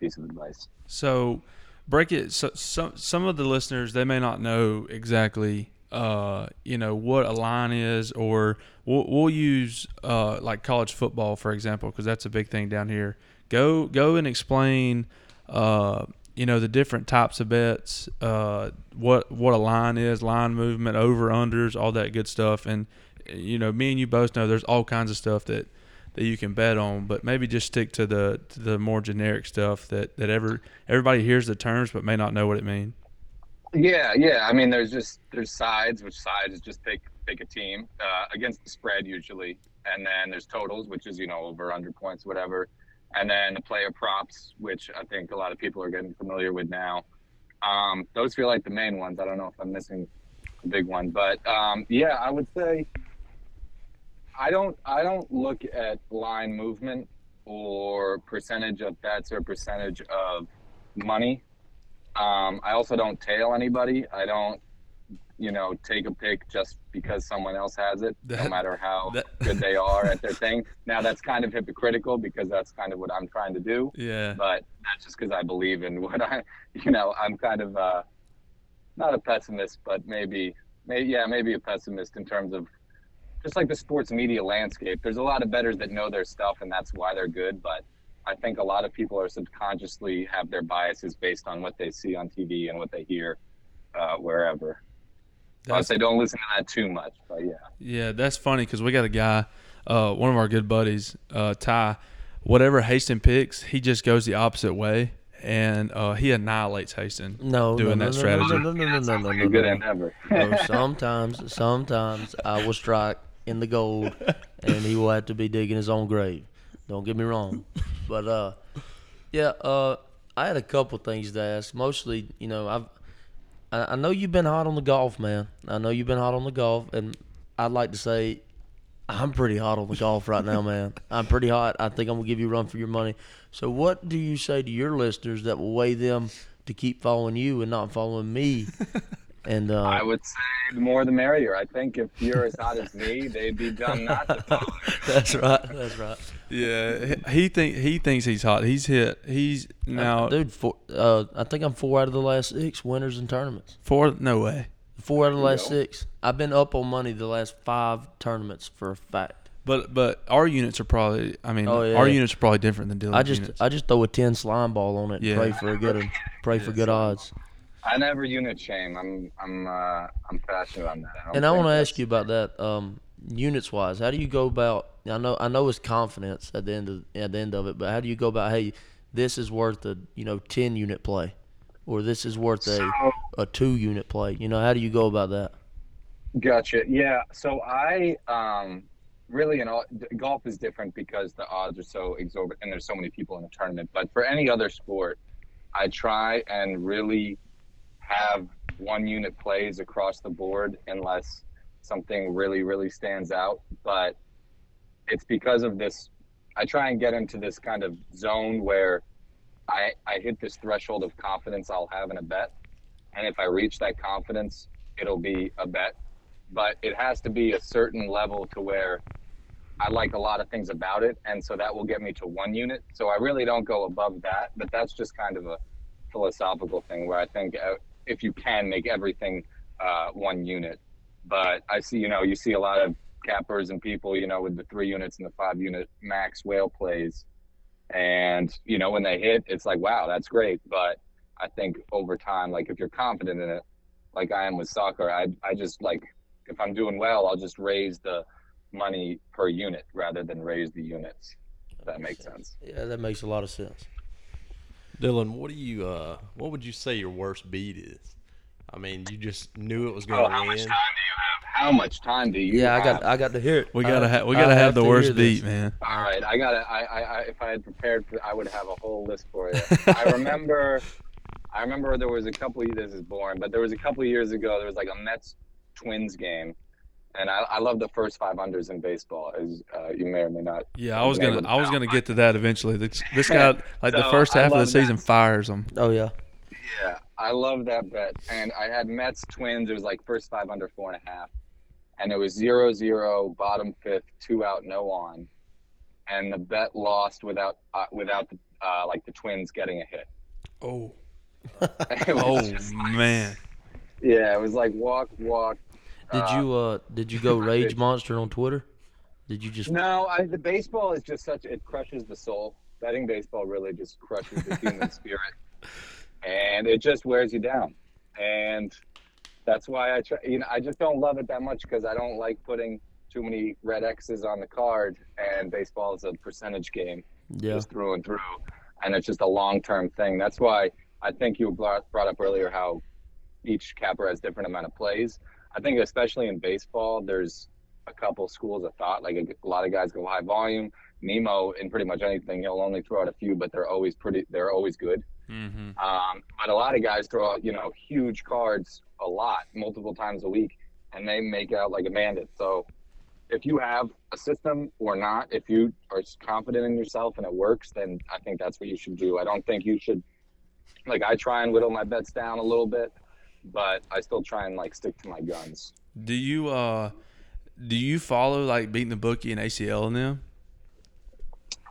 [SPEAKER 5] piece of advice.
[SPEAKER 3] So break it. So some some of the listeners they may not know exactly, uh, you know what a line is, or we'll, we'll use uh, like college football for example, because that's a big thing down here. Go go and explain, uh, you know the different types of bets, uh, what what a line is, line movement, over unders, all that good stuff, and you know me and you both know there's all kinds of stuff that that you can bet on, but maybe just stick to the to the more generic stuff that that ever everybody hears the terms but may not know what it means.
[SPEAKER 5] Yeah, yeah. I mean, there's just there's sides, which sides is just pick pick a team uh, against the spread usually, and then there's totals, which is you know over under points, whatever, and then the player props, which I think a lot of people are getting familiar with now. Um, those feel like the main ones. I don't know if I'm missing a big one, but um, yeah, I would say I don't I don't look at line movement or percentage of bets or percentage of money um, I also don't tail anybody. I don't, you know, take a pick just because someone else has it, no
[SPEAKER 3] That-
[SPEAKER 5] matter
[SPEAKER 4] Oh,
[SPEAKER 5] how
[SPEAKER 3] that-
[SPEAKER 5] good they are at their thing. Now that's kind of hypocritical because that's kind of what I'm trying to do,
[SPEAKER 3] Yeah.
[SPEAKER 5] but that's just because I believe in what I, you know, I'm kind of uh, not a pessimist, but maybe, maybe yeah, maybe a pessimist in terms of just like the sports media landscape. There's a lot of bettors that know their stuff, and that's why they're good, but I think a lot of people are subconsciously have their biases based on what they see on TV and what they hear uh, wherever. So I
[SPEAKER 3] That's-
[SPEAKER 5] say don't listen to that too much, but yeah.
[SPEAKER 3] Yeah, that's funny because we got a guy, uh, one of our good buddies, uh, Ty. whatever Haston picks, he just goes the opposite way, and uh, he annihilates Haston.
[SPEAKER 4] No,
[SPEAKER 3] doing that
[SPEAKER 4] no, no, no,
[SPEAKER 3] strategy.
[SPEAKER 4] No, no, no, no, no,
[SPEAKER 5] Like
[SPEAKER 3] Mm-hmm.
[SPEAKER 4] no,
[SPEAKER 5] a
[SPEAKER 4] no,
[SPEAKER 5] good
[SPEAKER 4] no.
[SPEAKER 5] endeavor.
[SPEAKER 4] Bro, sometimes, sometimes I will strike in the gold, and he will have to be digging his own grave. Don't get me wrong, but uh, yeah, uh, I had a couple things to ask. Mostly, you know, I've I, I know you've been hot on the golf, man. I know you've been hot on the golf, and I'd like to say I'm pretty hot on the golf right now, man. I'm pretty hot. I think I'm gonna give you a run for your money. So, what do you say to your listeners that will weigh them to keep following you and not following me? And uh,
[SPEAKER 5] I would say the more the merrier. I think if you're as hot as me, they'd be dumb not to follow.
[SPEAKER 4] that's right. That's right.
[SPEAKER 3] Yeah, he- he think he thinks he's hot. He's hit. He's now
[SPEAKER 4] dude, four, uh, I think I'm four out of the last six winners in tournaments.
[SPEAKER 3] four. No way.
[SPEAKER 4] Four out of the last
[SPEAKER 5] Yeah.
[SPEAKER 4] six. I've been up on money the last five tournaments for a fact.
[SPEAKER 3] But but our units are probably. I mean,
[SPEAKER 4] Oh, yeah.
[SPEAKER 3] our units are probably different than Dylan's
[SPEAKER 4] I just
[SPEAKER 3] units.
[SPEAKER 4] I just throw a ten slime ball on it. And
[SPEAKER 3] Yeah.
[SPEAKER 4] Pray for a good pray for good odds.
[SPEAKER 5] I never unit shame. I'm I'm uh, I'm passionate on that. don't
[SPEAKER 4] And I
[SPEAKER 5] think
[SPEAKER 4] want to
[SPEAKER 5] that's-
[SPEAKER 4] ask you about that. Um, units wise, how do you go about? I know, I know it's confidence at the end of at the end of it, but how do you go about? Hey, this is worth a you know ten unit play, or this is worth a
[SPEAKER 5] So-
[SPEAKER 4] a two unit play. You know, how do you go about that?
[SPEAKER 5] Gotcha. Yeah. So I um, really, in all, d- golf is different because the odds are so exorbitant and there's so many people in a tournament. But for any other sport, I try and really have one unit plays across the board unless something really, really stands out. But it's because of this. I try and get into this kind of zone where I, I hit this threshold of confidence I'll have in a bet. And if I reach that confidence, it'll be a bet but it has to be a certain level to where I like a lot of things about it, and so that will get me to one unit. So I really don't go above that, but that's just kind of a philosophical thing where I think uh, if you can make everything uh, one unit, but I see you know you see a lot of cappers and people you know with the three units and the five unit max whale plays, and you know when they hit, it's like wow that's great, but I think over time like if you're confident in it, like I am with soccer, I I just like if I'm doing well, I'll just raise the money per unit rather than raise the units. If that makes sense.
[SPEAKER 4] Yeah, that makes a lot of sense.
[SPEAKER 2] Dylan, what do you uh what would you say your worst beat is? I mean, you just knew it was
[SPEAKER 5] Oh,
[SPEAKER 2] gonna
[SPEAKER 5] how much time
[SPEAKER 2] win.
[SPEAKER 5] do you have? How much time do you
[SPEAKER 4] Yeah, I
[SPEAKER 5] have?
[SPEAKER 4] got I got to hear it.
[SPEAKER 3] we gotta
[SPEAKER 4] I-
[SPEAKER 3] ha- we
[SPEAKER 4] I
[SPEAKER 3] gotta have, the
[SPEAKER 4] to hear
[SPEAKER 3] worst
[SPEAKER 4] this.
[SPEAKER 3] beat, man.
[SPEAKER 5] All right, I got it. I, I, I, if I had prepared, for, I would have a whole list for you. I remember, I remember there was a couple. This is boring, but there was a couple years ago. There was like a Mets Twins game, and I, I love the first five unders in baseball, as uh, you may or may not.
[SPEAKER 3] Yeah, I was
[SPEAKER 5] may
[SPEAKER 3] gonna
[SPEAKER 5] have
[SPEAKER 3] I was
[SPEAKER 5] known.
[SPEAKER 3] gonna get to that eventually. This, this guy like the
[SPEAKER 5] So,
[SPEAKER 3] first
[SPEAKER 5] I
[SPEAKER 3] half of the
[SPEAKER 5] love that.
[SPEAKER 3] season fires him.
[SPEAKER 4] Oh yeah,
[SPEAKER 5] Yeah, I love that bet. And I had Mets Twins. It was like first five under four and a half, and it was zero zero, bottom fifth, two out, no on, and the bet lost without uh, without the, uh, like the Twins getting a hit.
[SPEAKER 2] Oh.
[SPEAKER 5] It was
[SPEAKER 3] Oh
[SPEAKER 5] just-
[SPEAKER 3] man,
[SPEAKER 5] yeah, it was like walk walk.
[SPEAKER 4] did
[SPEAKER 5] uh,
[SPEAKER 4] you uh did you go
[SPEAKER 5] I
[SPEAKER 4] rage
[SPEAKER 5] did.
[SPEAKER 4] monster on Twitter? Did you just
[SPEAKER 5] No, I, the baseball is just such it crushes the soul. Betting baseball really just crushes the human spirit, and it just wears you down. And that's why I try. You know, I just don't love it that much because I don't like putting too many red X's on the card. And baseball is a percentage game
[SPEAKER 4] yeah
[SPEAKER 5] just through and through, and it's just a long-term thing. That's why I think you brought brought up earlier how each capper has different amount of plays. I think especially in baseball, there's a couple schools of thought. Like a, a lot of guys go high volume. Nemo in pretty much anything, he'll only throw out a few, but they're always pretty. They're always good.
[SPEAKER 3] mm-hmm.
[SPEAKER 5] Um, but a lot of guys throw out, you know, huge cards a lot, multiple times a week, and they make out like a bandit. So if you have a system or not, if you are confident in yourself and it works, then I think that's what you should do. I don't think you should, like, I try and whittle my bets down a little bit, but I still try and, like, stick to my guns.
[SPEAKER 3] do you uh do you follow like beating the bookie and ACL and them?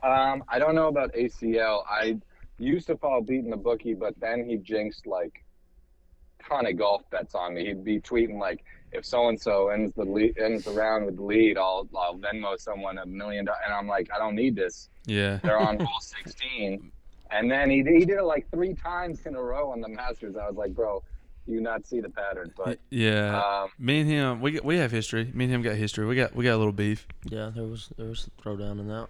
[SPEAKER 5] Um, I don't know about ACL. I used to follow beating the bookie, but then he jinxed like ton of golf bets on me. He'd be tweeting like, if so and so ends the lead, ends the round with the lead, I'll I'll Venmo someone a million dollars. And I'm like, I don't need this.
[SPEAKER 3] Yeah,
[SPEAKER 5] They're on hole 16. And then he he did it like three times in a row on the Masters. I was like, bro, do you not see the pattern? But
[SPEAKER 3] yeah.
[SPEAKER 4] uh,
[SPEAKER 5] um,
[SPEAKER 3] Me and him, we we have history. Me and him got history. We got we got a little beef.
[SPEAKER 4] yeah there was there was a throwdown in that.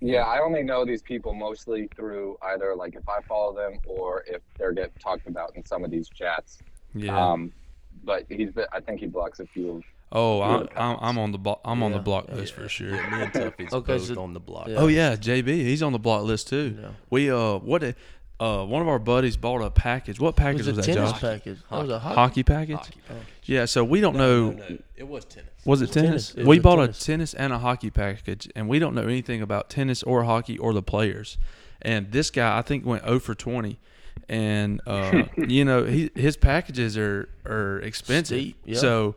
[SPEAKER 5] Yeah, I only know these people mostly through either like if I follow them or if they're get talked about in some of these chats.
[SPEAKER 3] Yeah.
[SPEAKER 5] Um, but he's been, I think he blocks a few.
[SPEAKER 3] oh, I'm,
[SPEAKER 5] yeah.
[SPEAKER 3] I'm I'm on the blo- I'm on the
[SPEAKER 4] Um, Yeah.
[SPEAKER 3] block list for sure.
[SPEAKER 2] Me and Tuffy's
[SPEAKER 4] Okay,
[SPEAKER 2] both
[SPEAKER 4] so-
[SPEAKER 2] on the block.
[SPEAKER 4] yeah.
[SPEAKER 3] Oh yeah, JB, he's on the block list too.
[SPEAKER 4] Yeah.
[SPEAKER 3] We uh, what a, uh, one of our buddies bought a package. What package was,
[SPEAKER 4] It was a
[SPEAKER 3] that,
[SPEAKER 4] tennis
[SPEAKER 3] Josh?
[SPEAKER 4] package. That was a hockey.
[SPEAKER 3] Hockey package.
[SPEAKER 2] Hockey package.
[SPEAKER 3] Yeah, so we don't know.
[SPEAKER 2] No, no, it was tennis.
[SPEAKER 3] Was it tennis?
[SPEAKER 4] tennis. It
[SPEAKER 3] we
[SPEAKER 4] was a
[SPEAKER 3] bought
[SPEAKER 4] tennis.
[SPEAKER 3] a tennis and a hockey package, and we don't know anything about tennis or hockey or the players. And this guy, I think, went 0 for 20. And, uh, you know, he, his packages are, are expensive.
[SPEAKER 4] Steep, yeah.
[SPEAKER 3] So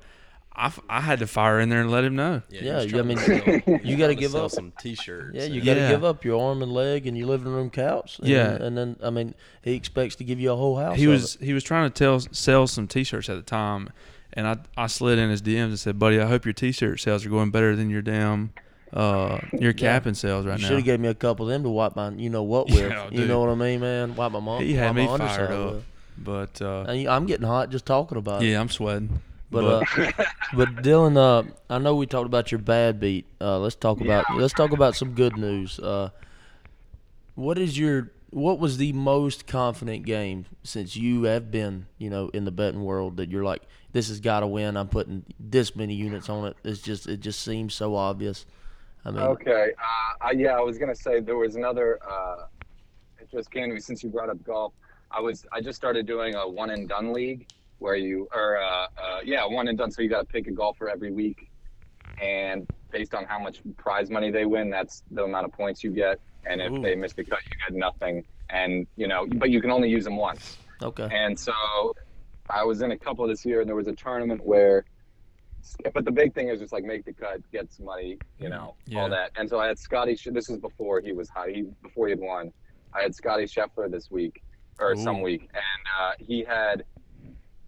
[SPEAKER 3] I, f- I had to fire in there and let him know.
[SPEAKER 2] he
[SPEAKER 4] Yeah,
[SPEAKER 2] was
[SPEAKER 4] you-
[SPEAKER 2] trying
[SPEAKER 4] I mean,
[SPEAKER 2] to sell- he was
[SPEAKER 4] you
[SPEAKER 2] trying
[SPEAKER 4] gotta
[SPEAKER 2] to
[SPEAKER 4] give
[SPEAKER 2] sell
[SPEAKER 4] up.
[SPEAKER 2] some T-shirts.
[SPEAKER 4] Yeah,
[SPEAKER 2] and-
[SPEAKER 4] you got to
[SPEAKER 3] Yeah.
[SPEAKER 4] give up your arm and leg and your living room couch. And
[SPEAKER 3] Yeah.
[SPEAKER 4] then- and then I mean, he expects to give you a whole house.
[SPEAKER 3] He
[SPEAKER 4] of
[SPEAKER 3] was he was trying to tell sell some T-shirts at the time, and I, I slid in his DMs and said, "Buddy, I hope your T-shirt sales are going better than your damn uh, your capping sales
[SPEAKER 4] it.
[SPEAKER 3] right
[SPEAKER 4] You
[SPEAKER 3] now."
[SPEAKER 4] should have gave me a couple of them to wipe my, you know what with.
[SPEAKER 3] Yeah,
[SPEAKER 4] you
[SPEAKER 3] dude.
[SPEAKER 4] know what I mean, man. Wipe my mom.
[SPEAKER 3] he had
[SPEAKER 4] wipe
[SPEAKER 3] me
[SPEAKER 4] my
[SPEAKER 3] fired
[SPEAKER 4] underside
[SPEAKER 3] up,
[SPEAKER 4] with.
[SPEAKER 3] but uh,
[SPEAKER 4] And you- I'm getting hot just talking about it.
[SPEAKER 3] yeah, I'm sweating.
[SPEAKER 4] But uh, but Dylan, uh, I know we talked about your bad beat. Uh, let's talk about let's talk about some good news. Uh, what is your what was the most confident game since you have been you know in the betting world that you're like this has got to win? I'm putting this many units on it. It's just it just seems so obvious. I mean,
[SPEAKER 5] Okay. Uh, I, yeah, I was gonna say there was another. Uh, it just came to me since you brought up golf. I was I just started doing a one and done league where you or uh, uh, yeah one and done. So you got to pick a golfer every week, and based on how much prize money they win, that's the amount of points you get. And if
[SPEAKER 3] Ooh.
[SPEAKER 5] they miss the cut, you get nothing. And you know, but you can only use them once.
[SPEAKER 4] okay,
[SPEAKER 5] And so I was in a couple this year, and there was a tournament where, but the big thing is just like make the cut, get some money, you know,
[SPEAKER 3] Mm, Yeah.
[SPEAKER 5] all that. And so I had Scotty. Sch- This was before he was high. He before he had won. I had Scotty Scheffler this week or some
[SPEAKER 3] Ooh.
[SPEAKER 5] week, and uh, he had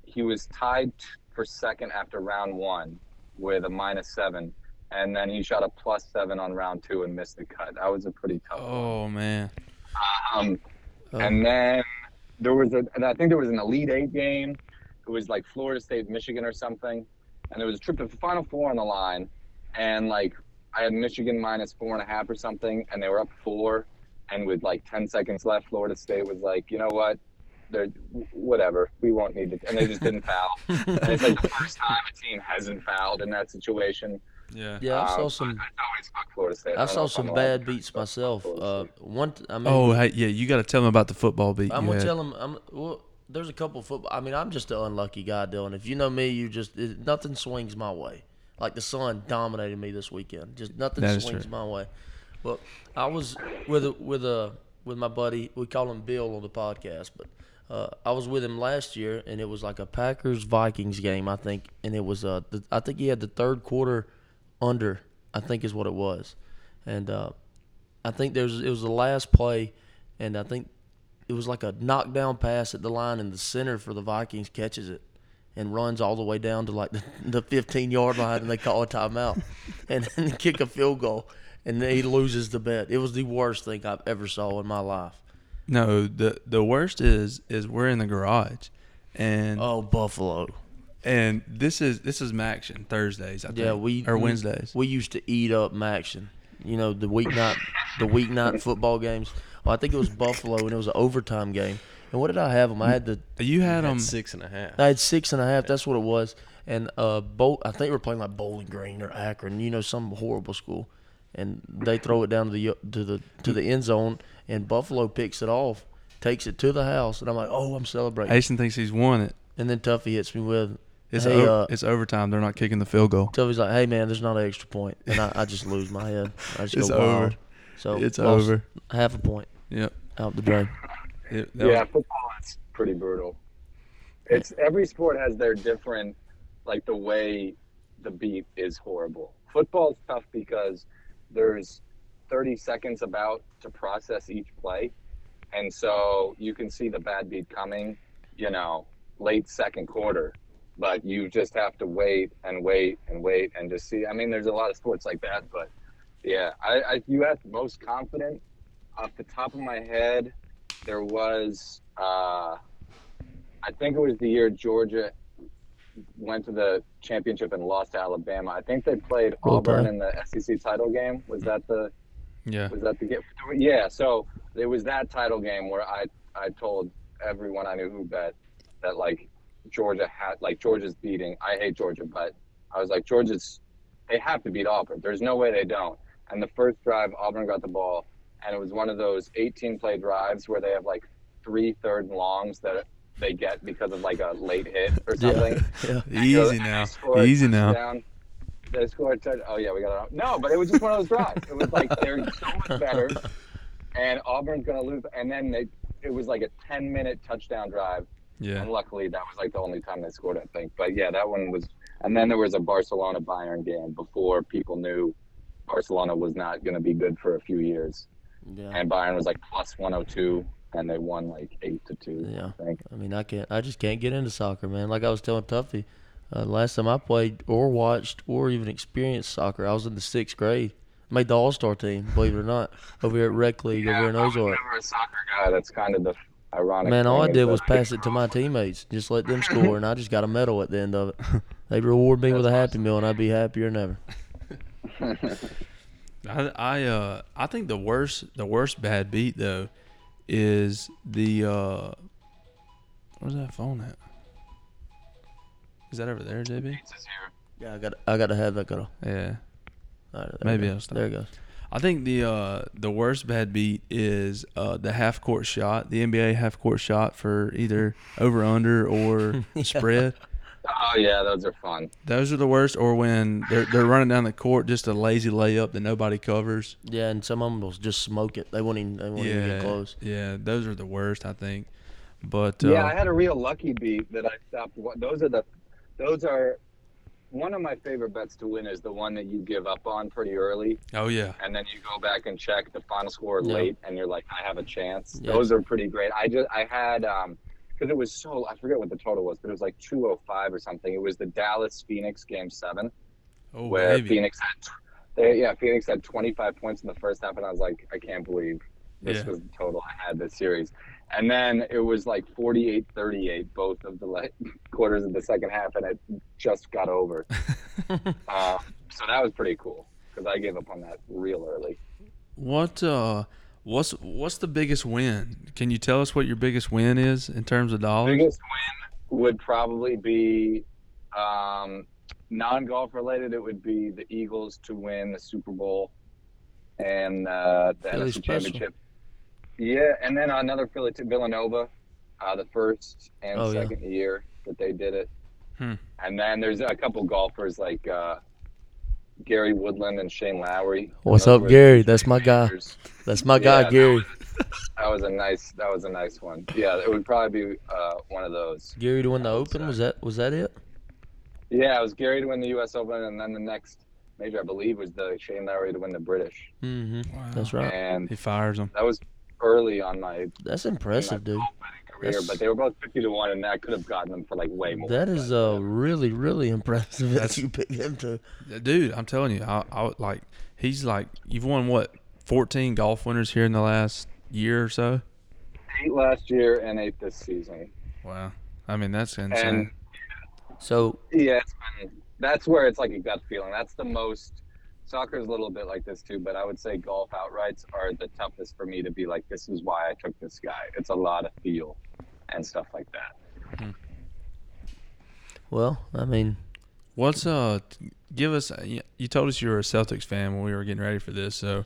[SPEAKER 5] he was tied t- for second after round one with a minus seven. And then he shot a plus seven on round two and missed the cut. That was a pretty tough.
[SPEAKER 4] uh,
[SPEAKER 5] one.
[SPEAKER 3] Oh man.
[SPEAKER 5] Um,
[SPEAKER 4] Oh.
[SPEAKER 5] and then there was a, and I think there was an Elite Eight game. It was like Florida State, Michigan, or something. And there was a trip to the Final Four on the line, and like I had Michigan minus four and a half or something, and they were up four, and with like ten seconds left, Florida State was like, you know what? They're whatever. We won't need to, and they just didn't foul. and it's like the first time a team hasn't fouled in that situation.
[SPEAKER 3] Yeah.
[SPEAKER 4] yeah, I saw
[SPEAKER 5] Um,
[SPEAKER 4] some
[SPEAKER 5] I always fuck Florida State.
[SPEAKER 4] I
[SPEAKER 5] don't
[SPEAKER 4] saw
[SPEAKER 5] know if I'm
[SPEAKER 4] some
[SPEAKER 5] allowed
[SPEAKER 4] bad
[SPEAKER 5] to-
[SPEAKER 4] beats myself. Uh, one t- I mean,
[SPEAKER 3] Oh hey, yeah, you got to tell them about the football beat.
[SPEAKER 4] I'm
[SPEAKER 3] you
[SPEAKER 4] gonna
[SPEAKER 3] had.
[SPEAKER 4] tell him. I'm well. There's a couple football. I mean, I'm just an unlucky guy, Dylan. If you know me, you just it, nothing swings my way. Like the sun dominated me this weekend. Just nothing
[SPEAKER 3] That is
[SPEAKER 4] swings
[SPEAKER 3] true.
[SPEAKER 4] my way. But I was with a, with a with my buddy. We call him Bill on the podcast. But uh, I was with him last year, and it was like a Packers Vikings game, I think. And it was uh, the, I think he had the third quarter under. I think is what it was, and uh, I think there's it was the last play, and I think it was like a knockdown pass at the line, and the center for the Vikings catches it and runs all the way down to like the, the 15 yard line, and they call a timeout and then they kick a field goal, and then he loses the bet. It was the worst thing I've ever saw in my life.
[SPEAKER 3] no, the the worst is is we're in the garage, and
[SPEAKER 4] Oh, Buffalo.
[SPEAKER 3] and this is this is Maction Thursdays. I think,
[SPEAKER 4] Yeah, we
[SPEAKER 3] or Wednesdays.
[SPEAKER 4] We used to eat up Maxion. You know the weeknight, the weeknight football games. Well, I think it was Buffalo, and it was an overtime game. And what did I have them? I had the
[SPEAKER 3] you
[SPEAKER 2] Had
[SPEAKER 3] had them.
[SPEAKER 2] six and a half.
[SPEAKER 4] I had six and a half. That's what it was. And uh, bowl, I think we're playing like Bowling Green or Akron, you know, some horrible school. And they throw it down to the uh, to the to the end zone, and Buffalo picks it off, takes it to the house, and I'm like, oh, I'm celebrating.
[SPEAKER 3] Aston thinks he's won it.
[SPEAKER 4] And then Tuffy hits me with,
[SPEAKER 3] It's
[SPEAKER 4] hey,
[SPEAKER 3] o-
[SPEAKER 4] uh,
[SPEAKER 3] it's overtime. They're not kicking the field goal.
[SPEAKER 4] Tuffy's like, hey man, there's not an extra point, and I, I just lose my head. I just
[SPEAKER 3] It's
[SPEAKER 4] go wild.
[SPEAKER 3] over.
[SPEAKER 4] So
[SPEAKER 3] It's
[SPEAKER 4] lost
[SPEAKER 3] over.
[SPEAKER 4] Half a point
[SPEAKER 3] Yep.
[SPEAKER 4] out the drain.
[SPEAKER 3] It- that
[SPEAKER 5] Yeah,
[SPEAKER 3] was-
[SPEAKER 5] football is pretty brutal. It's every sport has their different, like the way the beat is horrible. Football's tough because there's 30 seconds about to process each play, and so you can see the bad beat coming, you know, late second quarter. But you just have to wait and wait and wait and just see. I mean, there's a lot of sports like that, but yeah, I, I you asked most confident off the top of my head there was uh, I think it was the year Georgia went to the championship and lost to Alabama. I think they played
[SPEAKER 4] Roll
[SPEAKER 5] Auburn
[SPEAKER 4] Tide.
[SPEAKER 5] in the SEC title game. Was that the
[SPEAKER 3] Yeah.
[SPEAKER 5] Was that the game? Yeah. So it was that title game where I I told everyone I knew who bet that like Georgia had like Georgia's beating. I hate Georgia, but I was like Georgia's. They have to beat Auburn. There's no way they don't. And the first drive, Auburn got the ball, and it was one of those 18 play drives where they have like three third and longs that they get because of like a late hit or something.
[SPEAKER 3] Easy
[SPEAKER 5] And
[SPEAKER 3] now.
[SPEAKER 5] they scored a
[SPEAKER 3] Easy now.
[SPEAKER 5] touchdown. They scored. a touch- Oh yeah, we got it. No, but it was just one of those drives. It was like they're so much better, and Auburn's gonna lose. And then they, it was like a ten-minute touchdown drive,
[SPEAKER 3] Yeah.
[SPEAKER 5] and luckily that was like the only time they scored, I think. But yeah, that one was. And then there was a Barcelona Bayern game before people knew Barcelona was not gonna be good for a few years,
[SPEAKER 4] Yeah.
[SPEAKER 5] and Bayern was like plus 102, and they won like eight to two.
[SPEAKER 4] Yeah.
[SPEAKER 5] I think.
[SPEAKER 4] I mean, I can't. I just can't get into soccer, man. Like I was telling Tuffy, uh, last time I played or watched or even experienced soccer, I was in the sixth grade. Made the All Star team, believe it or not, over here at Rec League over here in
[SPEAKER 5] I was
[SPEAKER 4] Ozark.
[SPEAKER 5] never a soccer guy. That's kind of the ironic.
[SPEAKER 4] Man, all I
[SPEAKER 5] thing is
[SPEAKER 4] did
[SPEAKER 5] that
[SPEAKER 4] was pass it to my teammates, just let them score, and I just got a medal at the end of it. They'd reward me with a Happy Meal, and I'd be happier than ever.
[SPEAKER 3] I I uh I think the worst the worst bad beat though is the uh where's that phone at? Is that over there, JB?
[SPEAKER 5] It's here.
[SPEAKER 4] Yeah, I got. I got to have that. Got
[SPEAKER 3] Yeah.
[SPEAKER 4] to.
[SPEAKER 3] Maybe I'll
[SPEAKER 4] goes.
[SPEAKER 3] stop.
[SPEAKER 4] There it goes.
[SPEAKER 3] I think the uh, the worst bad beat is uh, the half court shot, the NBA half court shot for either over under or spread.
[SPEAKER 5] Oh yeah, those are fun.
[SPEAKER 3] Those are the worst. Or when they're they're running down the court, just a lazy layup that nobody covers.
[SPEAKER 4] Yeah, and some of them will just smoke it. They won't even. They won't even get close.
[SPEAKER 3] yeah, those are the worst, I think. But uh,
[SPEAKER 5] Yeah, I had a real lucky beat that I stopped. wa- Those are the, those are, one of my favorite bets to win is the one that you give up on pretty early,
[SPEAKER 3] oh yeah,
[SPEAKER 5] and then you go back and check the final score
[SPEAKER 4] Yeah.
[SPEAKER 5] late, and you're like, I have a chance.
[SPEAKER 4] Yeah.
[SPEAKER 5] Those are pretty great. I just I had um, because it was so I forget what the total was, but it was like 205 or something. It was the Dallas Phoenix game seven.
[SPEAKER 3] oh
[SPEAKER 5] where
[SPEAKER 3] baby.
[SPEAKER 5] Phoenix had, tw- they, yeah, Phoenix had 25 points in the first half, and I was like, I can't believe this
[SPEAKER 3] Yeah.
[SPEAKER 5] was the total I had this series. And then it was like 48-38 both of the le- quarters of the second half, and it just got over. uh, so that was pretty cool because I gave up on that real early.
[SPEAKER 3] What uh, what's what's the biggest win? Can you tell us what your biggest win is in terms of dollars?
[SPEAKER 5] Biggest win would probably be um, non-golf related. It would be the Eagles to win the Super Bowl and uh, the
[SPEAKER 4] Philly
[SPEAKER 5] NFC
[SPEAKER 4] special.
[SPEAKER 5] Championship. Yeah, and then another Philly to Villanova, uh, the first and
[SPEAKER 4] Oh, yeah.
[SPEAKER 5] second year that they did it.
[SPEAKER 3] Hmm.
[SPEAKER 5] And then there's a couple golfers like uh, Gary Woodland and Shane Lowry.
[SPEAKER 4] What's
[SPEAKER 5] Those
[SPEAKER 4] up,
[SPEAKER 5] were
[SPEAKER 4] Gary? That's my guy.
[SPEAKER 5] leaders.
[SPEAKER 4] That's my
[SPEAKER 5] Yeah,
[SPEAKER 4] guy,
[SPEAKER 5] that
[SPEAKER 4] Gary.
[SPEAKER 5] That was a nice. That was a nice one. Yeah, it would probably be uh, one of those.
[SPEAKER 4] Gary to win the
[SPEAKER 5] that was,
[SPEAKER 4] Open
[SPEAKER 5] uh,
[SPEAKER 4] was Uh-huh. that? Was that it?
[SPEAKER 5] Yeah, I was Gary to win the U.S. Open, and then the next major, I believe, was the Shane Lowry to win the British.
[SPEAKER 4] Mm-hmm.
[SPEAKER 3] Wow.
[SPEAKER 4] That's right.
[SPEAKER 5] And
[SPEAKER 3] He fires them.
[SPEAKER 5] that was early on my
[SPEAKER 4] That's impressive, dude.
[SPEAKER 5] career,
[SPEAKER 4] That's-
[SPEAKER 5] but they were both 50 to 1, and that could have gotten them for like way more.
[SPEAKER 4] That is uh really really impressive that
[SPEAKER 3] That's-
[SPEAKER 4] you picked him to.
[SPEAKER 3] Uh, dude i'm telling you I, I would, like he's like you've won what 14 golf winners here in the last year or so
[SPEAKER 5] Eight last year and eight this season.
[SPEAKER 3] wow i mean that's insane
[SPEAKER 5] And
[SPEAKER 4] So
[SPEAKER 5] yeah, it's been, that's where it's like a gut feeling. That's the most. Soccer's a little bit like this too, but I would say golf outrights are the toughest for me to be like, this is why I took this guy. It's a lot of feel and stuff like that.
[SPEAKER 4] well, I mean,
[SPEAKER 3] what's uh give us you you told us you were a celtics fan when we were getting ready for this so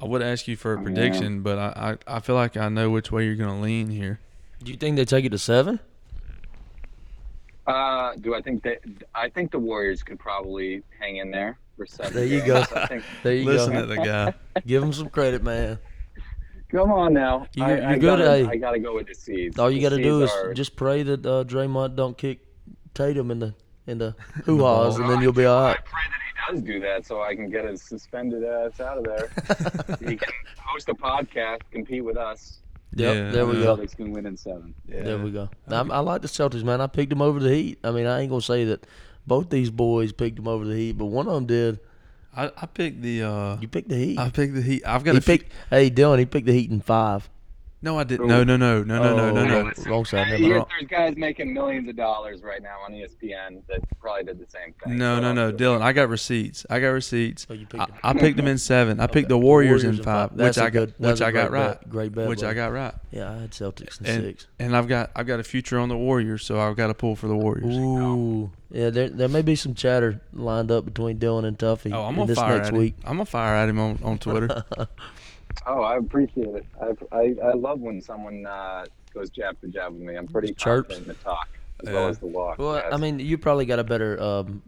[SPEAKER 3] i would ask you for a prediction but I, I i feel like i know which way you're gonna lean here
[SPEAKER 4] do you think they take it to seven?
[SPEAKER 5] Uh, do I think that I think the Warriors could probably hang in there for seven.
[SPEAKER 4] There you
[SPEAKER 5] games.
[SPEAKER 4] go.
[SPEAKER 5] I think,
[SPEAKER 4] There you
[SPEAKER 3] listen
[SPEAKER 4] go.
[SPEAKER 3] to the guy
[SPEAKER 4] Give him some credit, man.
[SPEAKER 5] come on now.
[SPEAKER 4] You-
[SPEAKER 5] I,
[SPEAKER 4] you
[SPEAKER 5] I
[SPEAKER 4] good,
[SPEAKER 5] gotta,
[SPEAKER 4] eh?
[SPEAKER 5] I gotta go with the seeds.
[SPEAKER 4] All you got
[SPEAKER 5] got
[SPEAKER 4] to do is just pray that uh, Draymond don't kick Tatum in the in the hoo haws, and then you'll be all right.
[SPEAKER 5] I pray that he does do that, so I can get his suspended ass out of there. he can host a podcast, compete with us.
[SPEAKER 4] Yep,
[SPEAKER 3] Yeah,
[SPEAKER 4] there we
[SPEAKER 3] yeah. uh,
[SPEAKER 4] go.
[SPEAKER 5] Celtics can win in seven.
[SPEAKER 4] There we go. I'm, I like the Celtics, man. I picked them over the Heat. I mean, I ain't gonna say that both these boys picked them over the Heat, but one of them did.
[SPEAKER 3] i, I picked the uh
[SPEAKER 4] You picked the Heat.
[SPEAKER 3] i picked the heat i've got
[SPEAKER 4] he
[SPEAKER 3] a few-
[SPEAKER 4] picked. Hey, Dylan, he picked the Heat in five.
[SPEAKER 3] No, I didn't. No, no, no, no, no, no, no,
[SPEAKER 4] Oh,
[SPEAKER 3] no.
[SPEAKER 4] Wrong side. never
[SPEAKER 5] There's
[SPEAKER 4] mind.
[SPEAKER 5] there's guys making millions of dollars right now on E ESPN that probably did the same thing.
[SPEAKER 3] No,
[SPEAKER 5] So
[SPEAKER 3] no, no,
[SPEAKER 5] that's-
[SPEAKER 3] Dylan. I got receipts. I got receipts.
[SPEAKER 4] Oh, you picked
[SPEAKER 3] I,
[SPEAKER 4] them.
[SPEAKER 3] I picked them in seven. I picked the Warriors, in five,
[SPEAKER 4] That's
[SPEAKER 3] which I
[SPEAKER 4] a
[SPEAKER 3] got,
[SPEAKER 4] good- that's
[SPEAKER 3] which
[SPEAKER 4] a
[SPEAKER 3] I got
[SPEAKER 4] great
[SPEAKER 3] right,
[SPEAKER 4] bet. Great bet,
[SPEAKER 3] which I
[SPEAKER 4] buddy.
[SPEAKER 3] got right,
[SPEAKER 4] Yeah, I had Celtics in
[SPEAKER 3] and
[SPEAKER 4] six.
[SPEAKER 3] and I've got I've got a future on the Warriors, so I've got to pull for the Warriors.
[SPEAKER 4] Ooh, yeah. There, there may be some chatter lined up between Dylan and Tuffy
[SPEAKER 3] Oh, I'm
[SPEAKER 4] in
[SPEAKER 3] gonna
[SPEAKER 4] this
[SPEAKER 3] fire
[SPEAKER 4] next
[SPEAKER 3] at
[SPEAKER 4] week.
[SPEAKER 3] him. I'm gonna fire at him on, on Twitter.
[SPEAKER 5] Oh, I appreciate it. I, I, I love when someone uh, goes jab for jab with me. I'm pretty
[SPEAKER 4] Chirps.
[SPEAKER 5] confident in the talk as well as the walk.
[SPEAKER 4] Well,
[SPEAKER 5] yes.
[SPEAKER 4] I mean, you probably got a better um,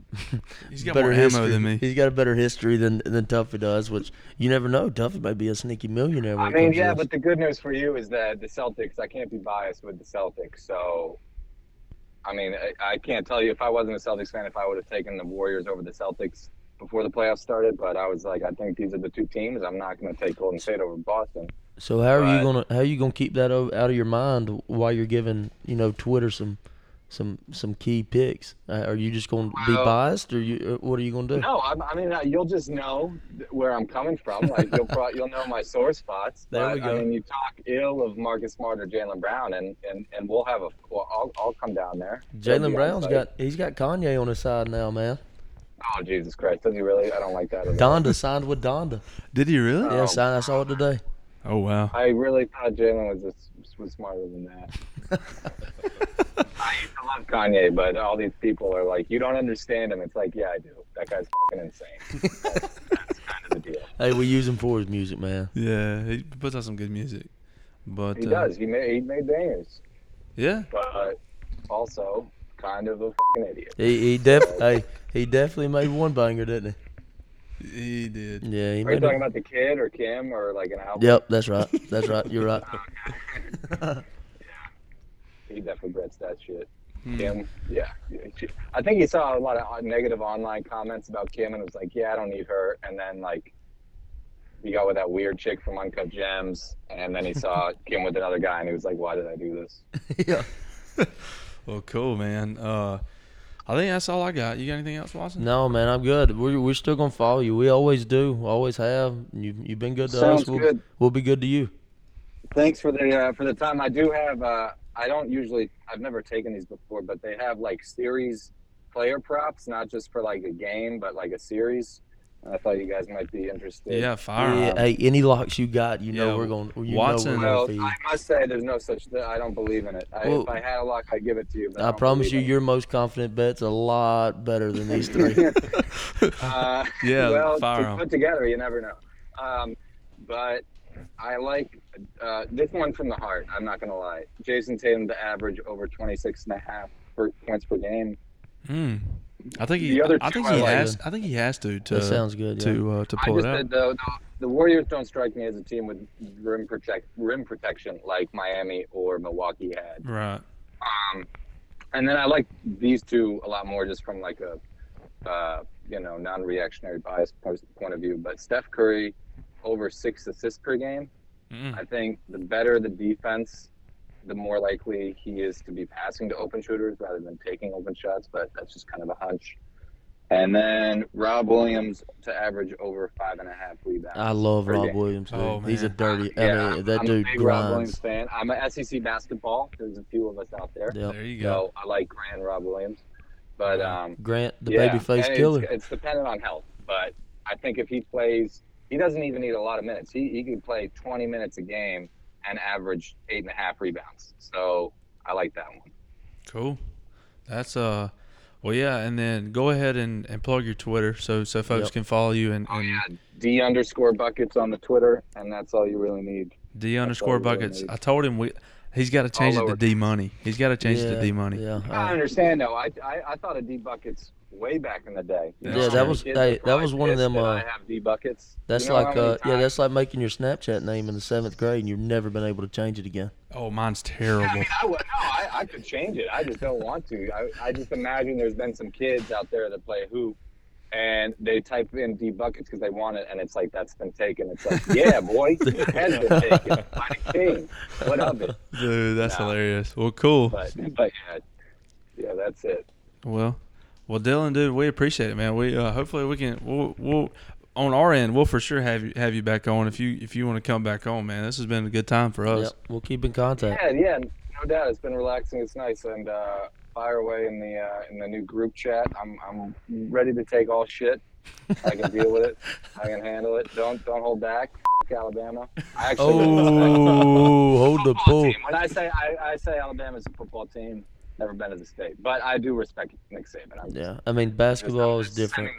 [SPEAKER 3] He's got
[SPEAKER 4] better
[SPEAKER 3] more ammo
[SPEAKER 4] history.
[SPEAKER 3] than me.
[SPEAKER 4] He's got a better history than than Tuffy does, which you never know. Tuffy might be a sneaky millionaire. When
[SPEAKER 5] I
[SPEAKER 4] it
[SPEAKER 5] mean,
[SPEAKER 4] comes to
[SPEAKER 5] yeah,
[SPEAKER 4] this.
[SPEAKER 5] but the good news for you is that the Celtics, I can't be biased with the Celtics. So, I mean, I, I can't tell you if I wasn't a Celtics fan if I would have taken the Warriors over the Celtics before the playoffs started. But I was like, I think these are the two teams. I'm not going to take Golden State over Boston.
[SPEAKER 4] So how are you
[SPEAKER 5] But-
[SPEAKER 4] gonna how are you gonna keep that o- out of your mind while you're giving you know Twitter some some some key picks? Uh, Are you just gonna be
[SPEAKER 5] Well-
[SPEAKER 4] biased, or you uh, what are you gonna do?
[SPEAKER 5] No, I'm, I mean, uh, you'll just know th- where I'm coming from. Like you'll pro- you'll know my sore spots.
[SPEAKER 4] There
[SPEAKER 5] but,
[SPEAKER 4] we go.
[SPEAKER 5] I mean, you talk ill of Marcus Smart or Jalen Brown, and, and, and we'll have a. Well, I'll, I'll come down there. It'll
[SPEAKER 4] Jalen
[SPEAKER 5] be
[SPEAKER 4] Brown's
[SPEAKER 5] on
[SPEAKER 4] got he's got Kanye on his side now, man.
[SPEAKER 5] site. Oh Jesus Christ! Does he really? I don't like that. At all.
[SPEAKER 4] Donda signed with Donda.
[SPEAKER 3] Did he really?
[SPEAKER 5] Uh,
[SPEAKER 4] Yeah, si- I saw it today.
[SPEAKER 3] Oh wow.
[SPEAKER 5] I really thought Jalen was just, was smarter than that. I used to love Kanye, but all these people are like, you don't understand him. It's like, yeah, I do. That guy's fucking insane. That's, that's kind of the deal.
[SPEAKER 4] Hey, we use him for his music, man.
[SPEAKER 3] Yeah, he puts out some good music. But
[SPEAKER 5] He
[SPEAKER 3] uh,
[SPEAKER 5] does. He made he made bangers.
[SPEAKER 3] Yeah.
[SPEAKER 5] but also kind of a fucking idiot.
[SPEAKER 4] He he def hey he definitely made one banger, didn't
[SPEAKER 3] He did.
[SPEAKER 4] he? Yeah, he
[SPEAKER 5] Are you
[SPEAKER 4] made.
[SPEAKER 5] talking
[SPEAKER 4] It.
[SPEAKER 5] about the kid or Kim or like an album?
[SPEAKER 4] Yep, that's right. That's right. You're right.
[SPEAKER 5] He definitely regrets that shit. Kim, yeah. She- I think he saw a lot of negative online comments about Kim and was like, yeah, I don't need her. And then like he got with that weird chick from Uncut Gems, and then he saw Kim with another guy, and he was like, why did I do this?
[SPEAKER 4] yeah.
[SPEAKER 3] Well, cool, man. Uh, I think that's all I got. You got anything else, Watson?
[SPEAKER 4] No, man, I'm good. We're we're still gonna follow you. We always do, always have. You you've been good to us.
[SPEAKER 5] Sounds
[SPEAKER 4] We'll,
[SPEAKER 5] good.
[SPEAKER 4] we'll be good to you.
[SPEAKER 5] Thanks for the uh, for the time. I do have. Uh, I don't usually. I've never taken these before, but they have like series player props, not just for like a game, but like a series. I thought you guys might be interested.
[SPEAKER 3] Yeah, fire.
[SPEAKER 4] Yeah, hey, any locks you got, you know
[SPEAKER 3] Yeah,
[SPEAKER 4] we're going. You
[SPEAKER 3] Watson-
[SPEAKER 4] know
[SPEAKER 5] Well,
[SPEAKER 4] we're gonna
[SPEAKER 5] I must say, there's no such. thing. I don't believe in it. I,
[SPEAKER 4] Well-
[SPEAKER 5] if I had a lock, I'd give it to you. But
[SPEAKER 4] feed.
[SPEAKER 5] I,
[SPEAKER 4] I
[SPEAKER 5] don't
[SPEAKER 4] promise you,
[SPEAKER 5] believe
[SPEAKER 4] your most confident bet's a lot better than these three.
[SPEAKER 5] in it. uh,
[SPEAKER 3] Yeah,
[SPEAKER 5] well,
[SPEAKER 3] fire
[SPEAKER 5] to
[SPEAKER 3] 'em.
[SPEAKER 5] put together, you never know. Um, but I like uh, this one from the heart. I'm not gonna lie. Jason Tatum to average over 26 and a half per, points per game.
[SPEAKER 3] Mm. I think he.
[SPEAKER 5] The other
[SPEAKER 3] I think
[SPEAKER 5] two
[SPEAKER 3] he
[SPEAKER 5] I like.
[SPEAKER 3] has. I think he has to. to
[SPEAKER 4] that sounds good. Yeah.
[SPEAKER 3] To uh, to
[SPEAKER 5] I
[SPEAKER 3] pull it
[SPEAKER 5] just
[SPEAKER 3] out.
[SPEAKER 5] said though, the, the Warriors don't strike me as a team with rim protect rim protection like Miami or Milwaukee had.
[SPEAKER 3] Right.
[SPEAKER 5] Um, and then I like these two a lot more just from like a uh, you know non-reactionary bias po- point of view. But Steph Curry over six assists per game.
[SPEAKER 3] Mm.
[SPEAKER 5] I think the better the defense, the more likely he is to be passing to open shooters rather than taking open shots, but that's just kind of a hunch. And then Rob Williams to average over five and a half rebounds.
[SPEAKER 4] I love
[SPEAKER 5] per
[SPEAKER 4] Rob
[SPEAKER 5] game.
[SPEAKER 4] Williams. Dude.
[SPEAKER 3] Oh,
[SPEAKER 4] He's a
[SPEAKER 3] man.
[SPEAKER 4] dirty. I mean, that
[SPEAKER 5] I'm
[SPEAKER 4] dude
[SPEAKER 5] a big Rob Williams
[SPEAKER 4] grinds.
[SPEAKER 5] fan. I'm an SEC basketball. There's a few of us out there.
[SPEAKER 4] Yep.
[SPEAKER 3] There you go.
[SPEAKER 5] So I like Grant Rob Williams. But um,
[SPEAKER 4] Grant, the
[SPEAKER 5] yeah,
[SPEAKER 4] baby face
[SPEAKER 5] and
[SPEAKER 4] killer.
[SPEAKER 5] It's, it's dependent on health, but I think if he plays, he doesn't even need a lot of minutes. He he can play 20 minutes a game and average eight and a half rebounds. So I like that one.
[SPEAKER 3] Cool. That's uh. Well, yeah, and then go ahead and, and plug your Twitter so so folks
[SPEAKER 4] Yep.
[SPEAKER 3] can follow you
[SPEAKER 5] Oh,
[SPEAKER 3] and, and
[SPEAKER 5] D underscore buckets on the Twitter, and that's all you really need.
[SPEAKER 3] D underscore
[SPEAKER 5] all we really
[SPEAKER 3] buckets.
[SPEAKER 5] need.
[SPEAKER 3] I told him we. He's got to change it to
[SPEAKER 5] lowercase.
[SPEAKER 3] D money. He's got to change it
[SPEAKER 4] yeah,
[SPEAKER 3] to D money.
[SPEAKER 4] Yeah.
[SPEAKER 5] I
[SPEAKER 4] uh,
[SPEAKER 5] understand though. I, I I thought of D buckets way back in the day. You
[SPEAKER 3] Yeah,
[SPEAKER 5] know,
[SPEAKER 3] that
[SPEAKER 5] I'm a
[SPEAKER 4] was-
[SPEAKER 5] kid
[SPEAKER 4] hey,
[SPEAKER 5] before
[SPEAKER 4] that
[SPEAKER 5] I
[SPEAKER 4] was one of
[SPEAKER 5] kissed
[SPEAKER 4] them,
[SPEAKER 5] and
[SPEAKER 4] uh,
[SPEAKER 5] I have D buckets.
[SPEAKER 4] That's
[SPEAKER 5] You know how
[SPEAKER 4] like
[SPEAKER 5] many
[SPEAKER 4] uh, yeah,
[SPEAKER 5] times-
[SPEAKER 4] that's like making your Snapchat name in the seventh grade, and you've never been able to change it again.
[SPEAKER 3] Oh, mine's
[SPEAKER 5] I
[SPEAKER 3] terrible.
[SPEAKER 5] mean, I would, no, I, I could change it. I just don't want to. I, I just imagine there's been some kids out there that play hoop, and they type in D buckets because they want it, and it's like that's been taken. It's like, yeah, boy, it has been taken by the king. What of it?
[SPEAKER 3] Dude, that's
[SPEAKER 5] Nah.
[SPEAKER 3] hilarious. Well, cool.
[SPEAKER 5] But but yeah, yeah, that's it.
[SPEAKER 3] Well, well, Dylan, dude, we appreciate it, man. We uh, hopefully we can we'll, we'll on our end, we'll for sure have you have you back on if you if you want to come back on, man. This has been a good time for us.
[SPEAKER 4] Yep, we'll keep in contact.
[SPEAKER 5] Yeah, yeah, no doubt. It's been relaxing. It's nice. And uh, fire away in the uh, in the new group chat. I'm I'm ready to take all shit. I can deal with it. I can handle it. Don't don't hold back. Fuck Alabama. I actually
[SPEAKER 4] Oh, hold the
[SPEAKER 5] football
[SPEAKER 4] bull.
[SPEAKER 5] team. When I say I, I say Alabama's a football team, never been to the state, but I do respect Nick Saban. I'm
[SPEAKER 4] Yeah, I mean basketball is different.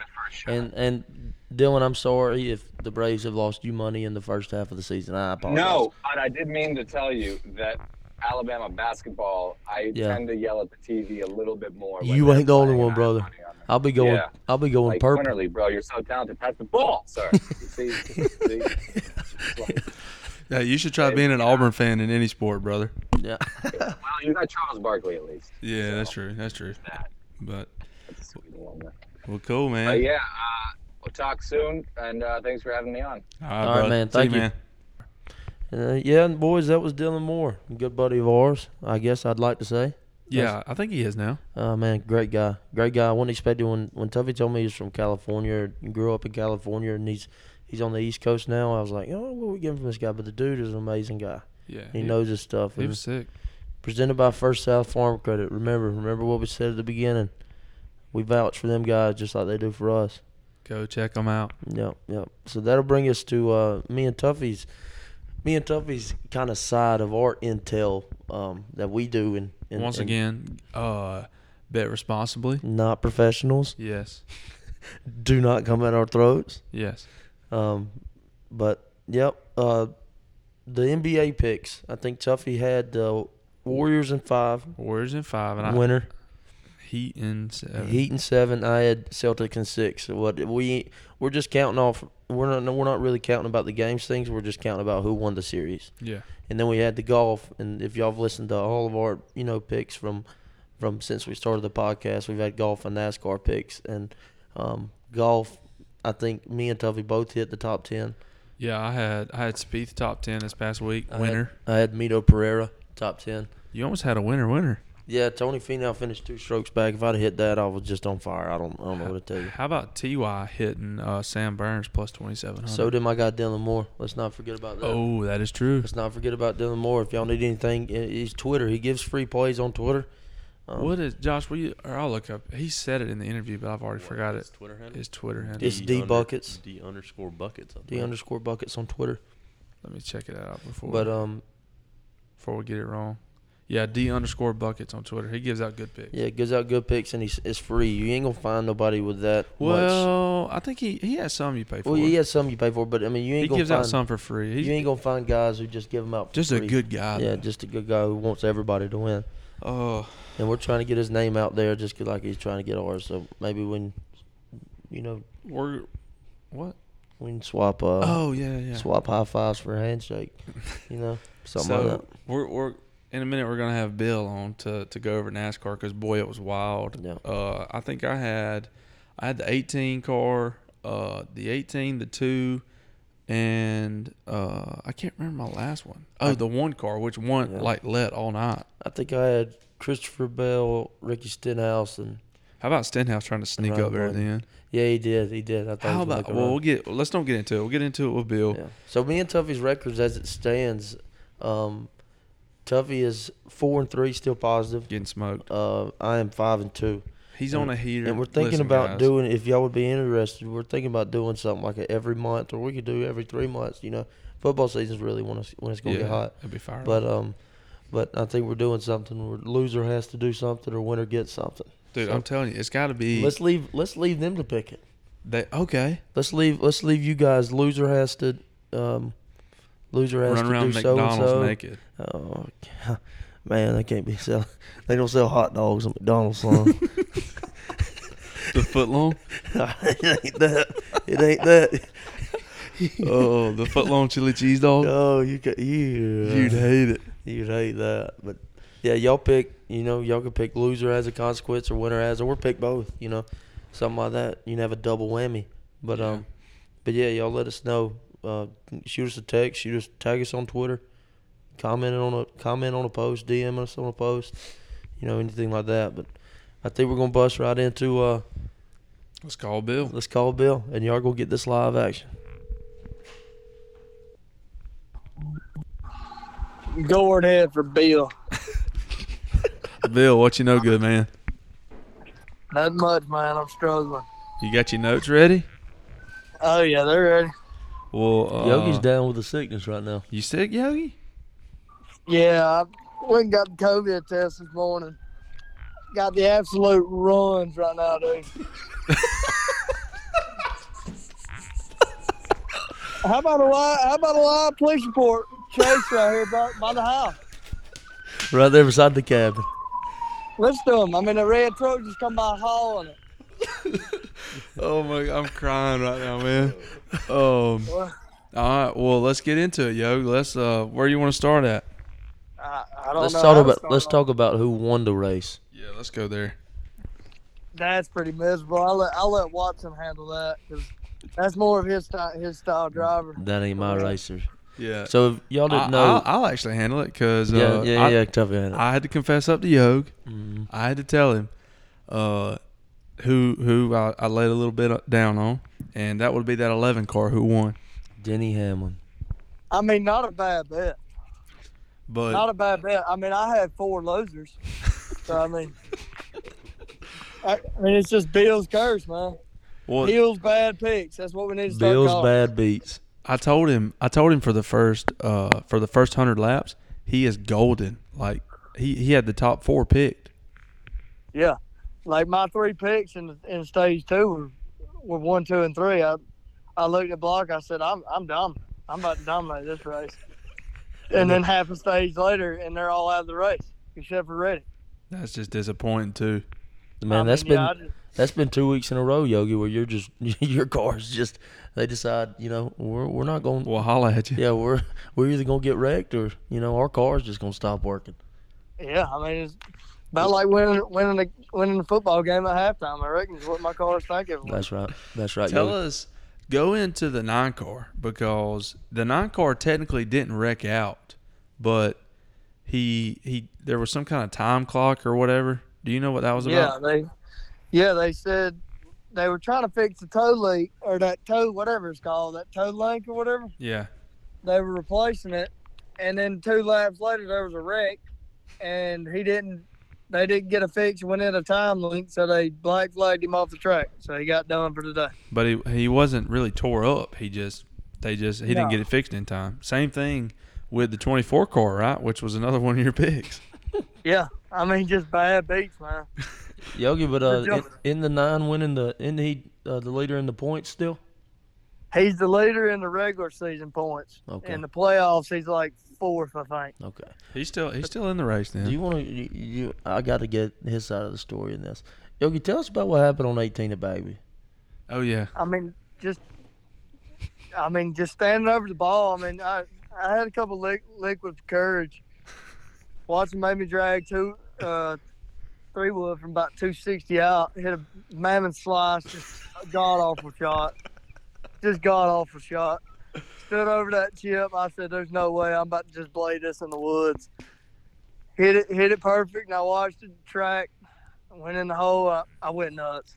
[SPEAKER 4] And and Dylan, I'm sorry if the Braves have lost you money in the first half of the season. I apologize.
[SPEAKER 5] No, but I did mean to tell you that Alabama basketball. I
[SPEAKER 4] Yeah.
[SPEAKER 5] tend to yell at the TV a little bit more. when
[SPEAKER 4] you
[SPEAKER 5] they're
[SPEAKER 4] ain't the only
[SPEAKER 5] playing,
[SPEAKER 4] one,
[SPEAKER 5] and I
[SPEAKER 4] brother.
[SPEAKER 5] have money on them.
[SPEAKER 4] I'll be going.
[SPEAKER 5] Yeah.
[SPEAKER 4] I'll be going
[SPEAKER 5] Like,
[SPEAKER 4] purple.
[SPEAKER 5] Quinterly, bro, you're so talented. Pass the ball, sir. You see, You see?
[SPEAKER 3] Yeah, you should try being an Auburn fan in any sport, brother.
[SPEAKER 4] Yeah.
[SPEAKER 5] Well, you got Charles Barkley at least.
[SPEAKER 3] Yeah, that's true. That's true.
[SPEAKER 5] That-
[SPEAKER 3] But
[SPEAKER 5] that's a sweet one there.
[SPEAKER 3] well, cool, man.
[SPEAKER 5] But yeah, uh, we'll talk soon, and uh, thanks for having me on.
[SPEAKER 3] All right,
[SPEAKER 4] All right,
[SPEAKER 3] bro.
[SPEAKER 4] man.
[SPEAKER 3] See
[SPEAKER 4] Thank you. Uh, yeah, and boys, that was Dylan Moore, a good buddy of ours. I guess I'd like to say.
[SPEAKER 3] Yeah, I think he is now.
[SPEAKER 4] Oh man, great guy, great guy. I wasn't expecting when when Tuffy told me he's from California, grew up in California, and he's he's on the East Coast now. I was like, oh, what are we getting from this guy? But the dude is an amazing guy.
[SPEAKER 3] Yeah,
[SPEAKER 4] He knows his stuff.
[SPEAKER 3] He
[SPEAKER 4] And
[SPEAKER 3] was sick.
[SPEAKER 4] presented by First South Farm Credit. Remember, remember what we said at the beginning. We vouch for them guys just like they do for us.
[SPEAKER 3] Go check him out.
[SPEAKER 4] Yep, yep. So that'll bring us to uh, me and Tuffy's, me and Tuffy's kind of side of our intel um, that we do, and, and
[SPEAKER 3] Once
[SPEAKER 4] and
[SPEAKER 3] again, uh, bet responsibly.
[SPEAKER 4] not professionals.
[SPEAKER 3] Yes,
[SPEAKER 4] Do not come at our throats.
[SPEAKER 3] yes.
[SPEAKER 4] Um, but yep, uh, the NBA picks. I think Tuffy had the Warriors in five,
[SPEAKER 3] Warriors in five, and I
[SPEAKER 4] winner.
[SPEAKER 3] Heat in seven.
[SPEAKER 4] Heat in seven. I had Celtics in six. So what we we're just counting off. We're not no, we're not really counting about the games things. We're just counting about who won the series.
[SPEAKER 3] Yeah,
[SPEAKER 4] And then we had the golf. And if y'all have listened to all of our you know picks from from since we started the podcast, we've had golf and NASCAR picks. And um, golf, I think me and Tuffy both hit the top ten.
[SPEAKER 3] yeah. I had I had Spieth top ten this past week.
[SPEAKER 4] I had-
[SPEAKER 3] winner.
[SPEAKER 4] I had Mito Pereira top ten.
[SPEAKER 3] You almost had a winner. Winner.
[SPEAKER 4] Yeah, Tony Finau finished two strokes back. If I'd have hit that, I was just on fire. I don't I don't know what to tell you.
[SPEAKER 3] How about Ty hitting uh, Sam Burns plus twenty seven hundred?
[SPEAKER 4] So did my guy Dylan Moore. Let's not forget about that.
[SPEAKER 3] oh, that is true.
[SPEAKER 4] Let's not forget about Dylan Moore. If y'all need anything, eh, he's Twitter. He gives free plays on Twitter. Um,
[SPEAKER 3] What is Josh? Will you? Or I'll look up. He said it in the interview, but I've already forgot it.
[SPEAKER 2] Twitter handle?
[SPEAKER 3] His Twitter handle.
[SPEAKER 4] It's D
[SPEAKER 2] under-
[SPEAKER 4] Buckets.
[SPEAKER 2] D underscore buckets. I
[SPEAKER 4] The
[SPEAKER 2] think.
[SPEAKER 4] underscore buckets on Twitter.
[SPEAKER 3] Let me check it out before
[SPEAKER 4] But um,
[SPEAKER 3] before we get it wrong. Yeah, D underscore buckets on Twitter. He gives out good picks.
[SPEAKER 4] yeah, it gives out good picks and he's it's free. You ain't gonna find nobody with that much.
[SPEAKER 3] Well, I think he he has some you pay for.
[SPEAKER 4] Well, yeah, some you pay for, but I mean, you ain't
[SPEAKER 3] he
[SPEAKER 4] gonna
[SPEAKER 3] gives
[SPEAKER 4] find
[SPEAKER 3] out some for free. He's
[SPEAKER 4] you ain't gonna find guys who just give them out. For
[SPEAKER 3] just
[SPEAKER 4] free.
[SPEAKER 3] a good guy.
[SPEAKER 4] Yeah,
[SPEAKER 3] though.
[SPEAKER 4] just a good guy who wants everybody to win.
[SPEAKER 3] oh,
[SPEAKER 4] And we're trying to get his name out there, just 'cause, like he's trying to get ours. So maybe when, you know,
[SPEAKER 3] we're what?
[SPEAKER 4] we can swap uh,
[SPEAKER 3] oh yeah, yeah.
[SPEAKER 4] swap high fives for a handshake. You know, something
[SPEAKER 3] so
[SPEAKER 4] like that.
[SPEAKER 3] we're we're in a minute we're gonna have Bill on to to go over NASCAR because boy it was wild.
[SPEAKER 4] Yeah.
[SPEAKER 3] Uh, I think I had I had the 18 car, uh, the 18, the two, and uh, I can't remember my last one. Oh, the one car which one
[SPEAKER 4] Yeah.
[SPEAKER 3] like let all night.
[SPEAKER 4] I think I had Christopher Bell, Ricky Stenhouse, and
[SPEAKER 3] How about Stenhouse trying to sneak
[SPEAKER 4] Right,
[SPEAKER 3] up there at
[SPEAKER 4] right.
[SPEAKER 3] the end?
[SPEAKER 4] yeah, he did. He did. I thought
[SPEAKER 3] How
[SPEAKER 4] he was
[SPEAKER 3] about?
[SPEAKER 4] gonna make a
[SPEAKER 3] Well, we'll
[SPEAKER 4] run.
[SPEAKER 3] get. Let's don't get into it. We'll get into it with Bill.
[SPEAKER 4] Yeah. So me and Tuffy's records as it stands, um, Tuffy is four and three, still positive.
[SPEAKER 3] Getting smoked.
[SPEAKER 4] Uh, I am five and two.
[SPEAKER 3] He's
[SPEAKER 4] And-
[SPEAKER 3] on a heater.
[SPEAKER 4] And we're thinking
[SPEAKER 3] Listen,
[SPEAKER 4] about
[SPEAKER 3] guys,
[SPEAKER 4] doing, if y'all would be interested, we're thinking about doing something like it every month, or we could do every three months. You know, football season's really when it's when it's gonna get hot.
[SPEAKER 3] It'd be fire.
[SPEAKER 4] But um, but I think we're doing something. Where loser has to do something, or winner gets something.
[SPEAKER 3] dude,
[SPEAKER 4] so-
[SPEAKER 3] I'm telling you, it's got to be.
[SPEAKER 4] Let's leave. Let's leave them to pick it.
[SPEAKER 3] They okay.
[SPEAKER 4] Let's leave. Let's leave you guys. Loser has to. Um, loser has
[SPEAKER 3] Run
[SPEAKER 4] to
[SPEAKER 3] around
[SPEAKER 4] do so and
[SPEAKER 3] McDonald's
[SPEAKER 4] so.
[SPEAKER 3] naked.
[SPEAKER 4] Oh, God. man, they can't be sell. They don't sell hot dogs at McDonald's. Son.
[SPEAKER 3] The footlong.
[SPEAKER 4] it ain't that. It ain't that.
[SPEAKER 3] oh, the footlong chili cheese dog.
[SPEAKER 4] Oh, you could. You.
[SPEAKER 3] You'd hate it.
[SPEAKER 4] You'd hate that, but yeah, y'all pick. You know, y'all can pick loser as a consequence or winner as, or pick both. You know, something like that. You can have a double whammy. But
[SPEAKER 3] Yeah.
[SPEAKER 4] um, but yeah, y'all let us know. Uh, shoot us a text. Shoot us. Tag us on Twitter. Comment on a comment on a post. DM us on a post. You know, anything like that. But I think we're gonna bust right into uh
[SPEAKER 3] Let's call Bill.
[SPEAKER 4] Let's call Bill, and y'all go get this live action.
[SPEAKER 6] Gourd head for Bill.
[SPEAKER 3] Bill, what you know good, man?
[SPEAKER 6] Not much, man. I'm struggling.
[SPEAKER 3] You got your notes ready?
[SPEAKER 6] Oh yeah, they're ready.
[SPEAKER 3] Well, uh,
[SPEAKER 4] Yogi's down with the sickness right now.
[SPEAKER 3] You sick, Yogi?
[SPEAKER 6] Yeah, I went and got the COVID test this morning. Got the absolute runs right now, dude. how about a live? How about a live police report chase right here by, by the house?
[SPEAKER 4] Right there beside the cabin.
[SPEAKER 6] Let's do 'em. I mean, the red truck just come by hauling it.
[SPEAKER 3] Oh my, I'm crying right now, man. Um, all right, well, let's get into it, yo. Let's. Uh, where you want to start at?
[SPEAKER 6] I, I don't
[SPEAKER 4] Let's
[SPEAKER 6] know.
[SPEAKER 4] talk
[SPEAKER 6] how to
[SPEAKER 4] about
[SPEAKER 6] start
[SPEAKER 4] let's
[SPEAKER 6] off.
[SPEAKER 4] talk about who won the race.
[SPEAKER 3] Yeah, let's go there.
[SPEAKER 6] That's pretty miserable. I'll let I'll let Watson handle that because that's more of his style, his style driver.
[SPEAKER 4] That ain't my racer.
[SPEAKER 3] Yeah.
[SPEAKER 4] So if y'all
[SPEAKER 3] I,
[SPEAKER 4] didn't know,
[SPEAKER 3] will actually handle it because
[SPEAKER 4] yeah,
[SPEAKER 3] uh,
[SPEAKER 4] yeah,
[SPEAKER 3] I,
[SPEAKER 4] yeah, tough Mm-hmm. man.
[SPEAKER 3] I had to confess up to Yog. I had to tell him uh, who who I, I laid a little bit down on, and that would be that 11 car who won.
[SPEAKER 4] Denny Hamlin.
[SPEAKER 6] I mean, not a bad bet.
[SPEAKER 3] But
[SPEAKER 6] Not a bad bet. I mean, I had four losers. So I mean, I, I mean, it's just Bill's curse, man.
[SPEAKER 3] well,
[SPEAKER 6] Bill's bad picks. That's what we need to start
[SPEAKER 4] Bill's
[SPEAKER 6] calling.
[SPEAKER 4] bad beats.
[SPEAKER 3] I told him I told him for the first uh for the first hundred laps he is golden. Like he he had the top four picked.
[SPEAKER 6] Yeah, like my three picks in in stage two were, were one, two, and three. I I looked at block. I said, I'm I'm dominant. I'm about to dominate this race. And then half a stage later, and they're all out of the race except for Reddick.
[SPEAKER 3] That's just disappointing too.
[SPEAKER 6] I
[SPEAKER 4] Man,
[SPEAKER 6] mean,
[SPEAKER 4] that's
[SPEAKER 6] Um, yeah,
[SPEAKER 4] been
[SPEAKER 6] I just-
[SPEAKER 4] that's been two weeks in a row, Yogi, where you're just your cars just they decide, you know, we're we're not going.
[SPEAKER 3] Well, holla at you.
[SPEAKER 4] Yeah, we're we're either gonna get wrecked or you know our car's just gonna stop working.
[SPEAKER 6] yeah. I mean, it's about like winning winning the winning the football game at halftime. I reckon is what my car's thinking.
[SPEAKER 4] That's right. That's right.
[SPEAKER 3] Tell
[SPEAKER 4] Yogi.
[SPEAKER 3] us go into the nine car because the nine car technically didn't wreck out, but he he there was some kind of time clock or whatever. Do you know what that was
[SPEAKER 6] Yeah,
[SPEAKER 3] about?
[SPEAKER 6] they, yeah, they said they were trying to fix the toe leak or that toe, whatever it's called, that toe link or whatever.
[SPEAKER 3] Yeah.
[SPEAKER 6] They were replacing it, and then two laps later there was a wreck, and he didn't. They didn't get a fix. Went in a time link, so they black flagged him off the track. So he got done for today.
[SPEAKER 3] But he he wasn't really tore up. He just they just he didn't
[SPEAKER 6] No.
[SPEAKER 3] get it fixed in time. Same thing with the 24 car, right? Which was another one of your picks.
[SPEAKER 6] Yeah, I mean just bad beats, man.
[SPEAKER 4] Yogi, but uh,
[SPEAKER 6] Joe.
[SPEAKER 4] in, in the nine, winning the in he uh, the leader in the points still.
[SPEAKER 6] He's the leader in the regular season points.
[SPEAKER 4] Okay.
[SPEAKER 6] In the playoffs, he's like fourth, I think.
[SPEAKER 4] Okay.
[SPEAKER 3] He's still he's still in the race
[SPEAKER 4] Do
[SPEAKER 3] then.
[SPEAKER 4] you want to? You, you, I got to get his side of the story in this. Yogi, tell us about what happened on 18 to baby.
[SPEAKER 3] Oh yeah.
[SPEAKER 6] I mean, just, I mean, just standing over the ball. I mean, I, I had a couple lick, liquid courage. Watson made me drag two, uh, three wood from about 260 out, hit a mammon slice, just a god awful shot, just god awful shot. Stood over that chip. I said, "There's no way I'm about to just blade this in the woods." Hit it, hit it perfect, and I watched the track. Went in the hole. I, I went nuts.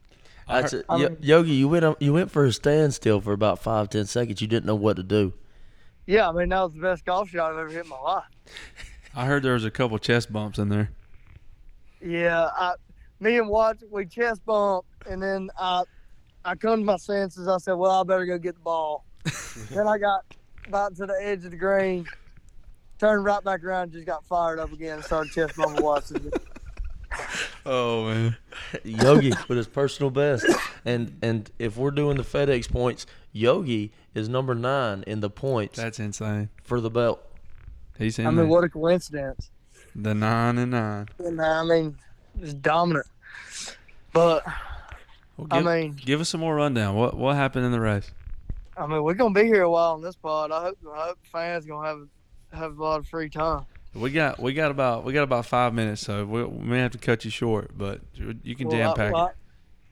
[SPEAKER 4] That's it.
[SPEAKER 6] I
[SPEAKER 4] Yo-
[SPEAKER 6] mean-
[SPEAKER 4] Yogi, you went up- you went for a standstill for about five ten seconds. You didn't know what to do.
[SPEAKER 6] Yeah, I mean that was the best golf shot I've ever hit in my life.
[SPEAKER 3] I heard there was a couple chest bumps in there.
[SPEAKER 6] Yeah, I, me and Watts, we chest bump, and then I, I come to my senses. I said, "Well, I better go get the ball." then I got about to the edge of the green, turned right back around, just got fired up again, and started chest bumping Watts.
[SPEAKER 3] Oh man.
[SPEAKER 4] Yogi with his personal best, and and if we're doing the FedEx points, Yogi is number nine in the points
[SPEAKER 3] That's insane.
[SPEAKER 4] for the belt.
[SPEAKER 3] He's in
[SPEAKER 6] I
[SPEAKER 3] there.
[SPEAKER 6] mean, what a coincidence!
[SPEAKER 3] the nine and nine.
[SPEAKER 6] And uh, I mean, just dominant. But
[SPEAKER 3] Well,
[SPEAKER 6] I
[SPEAKER 3] give,
[SPEAKER 6] mean-
[SPEAKER 3] give us some more rundown. What what happened in the race?
[SPEAKER 6] I mean, we're gonna be here a while in this pod. I hope, I hope fans gonna have have a lot of free time.
[SPEAKER 3] We got we got about we got about five minutes, so we, we may have to cut you short, but you you can jam
[SPEAKER 6] Well, I-
[SPEAKER 3] pack
[SPEAKER 6] well, I-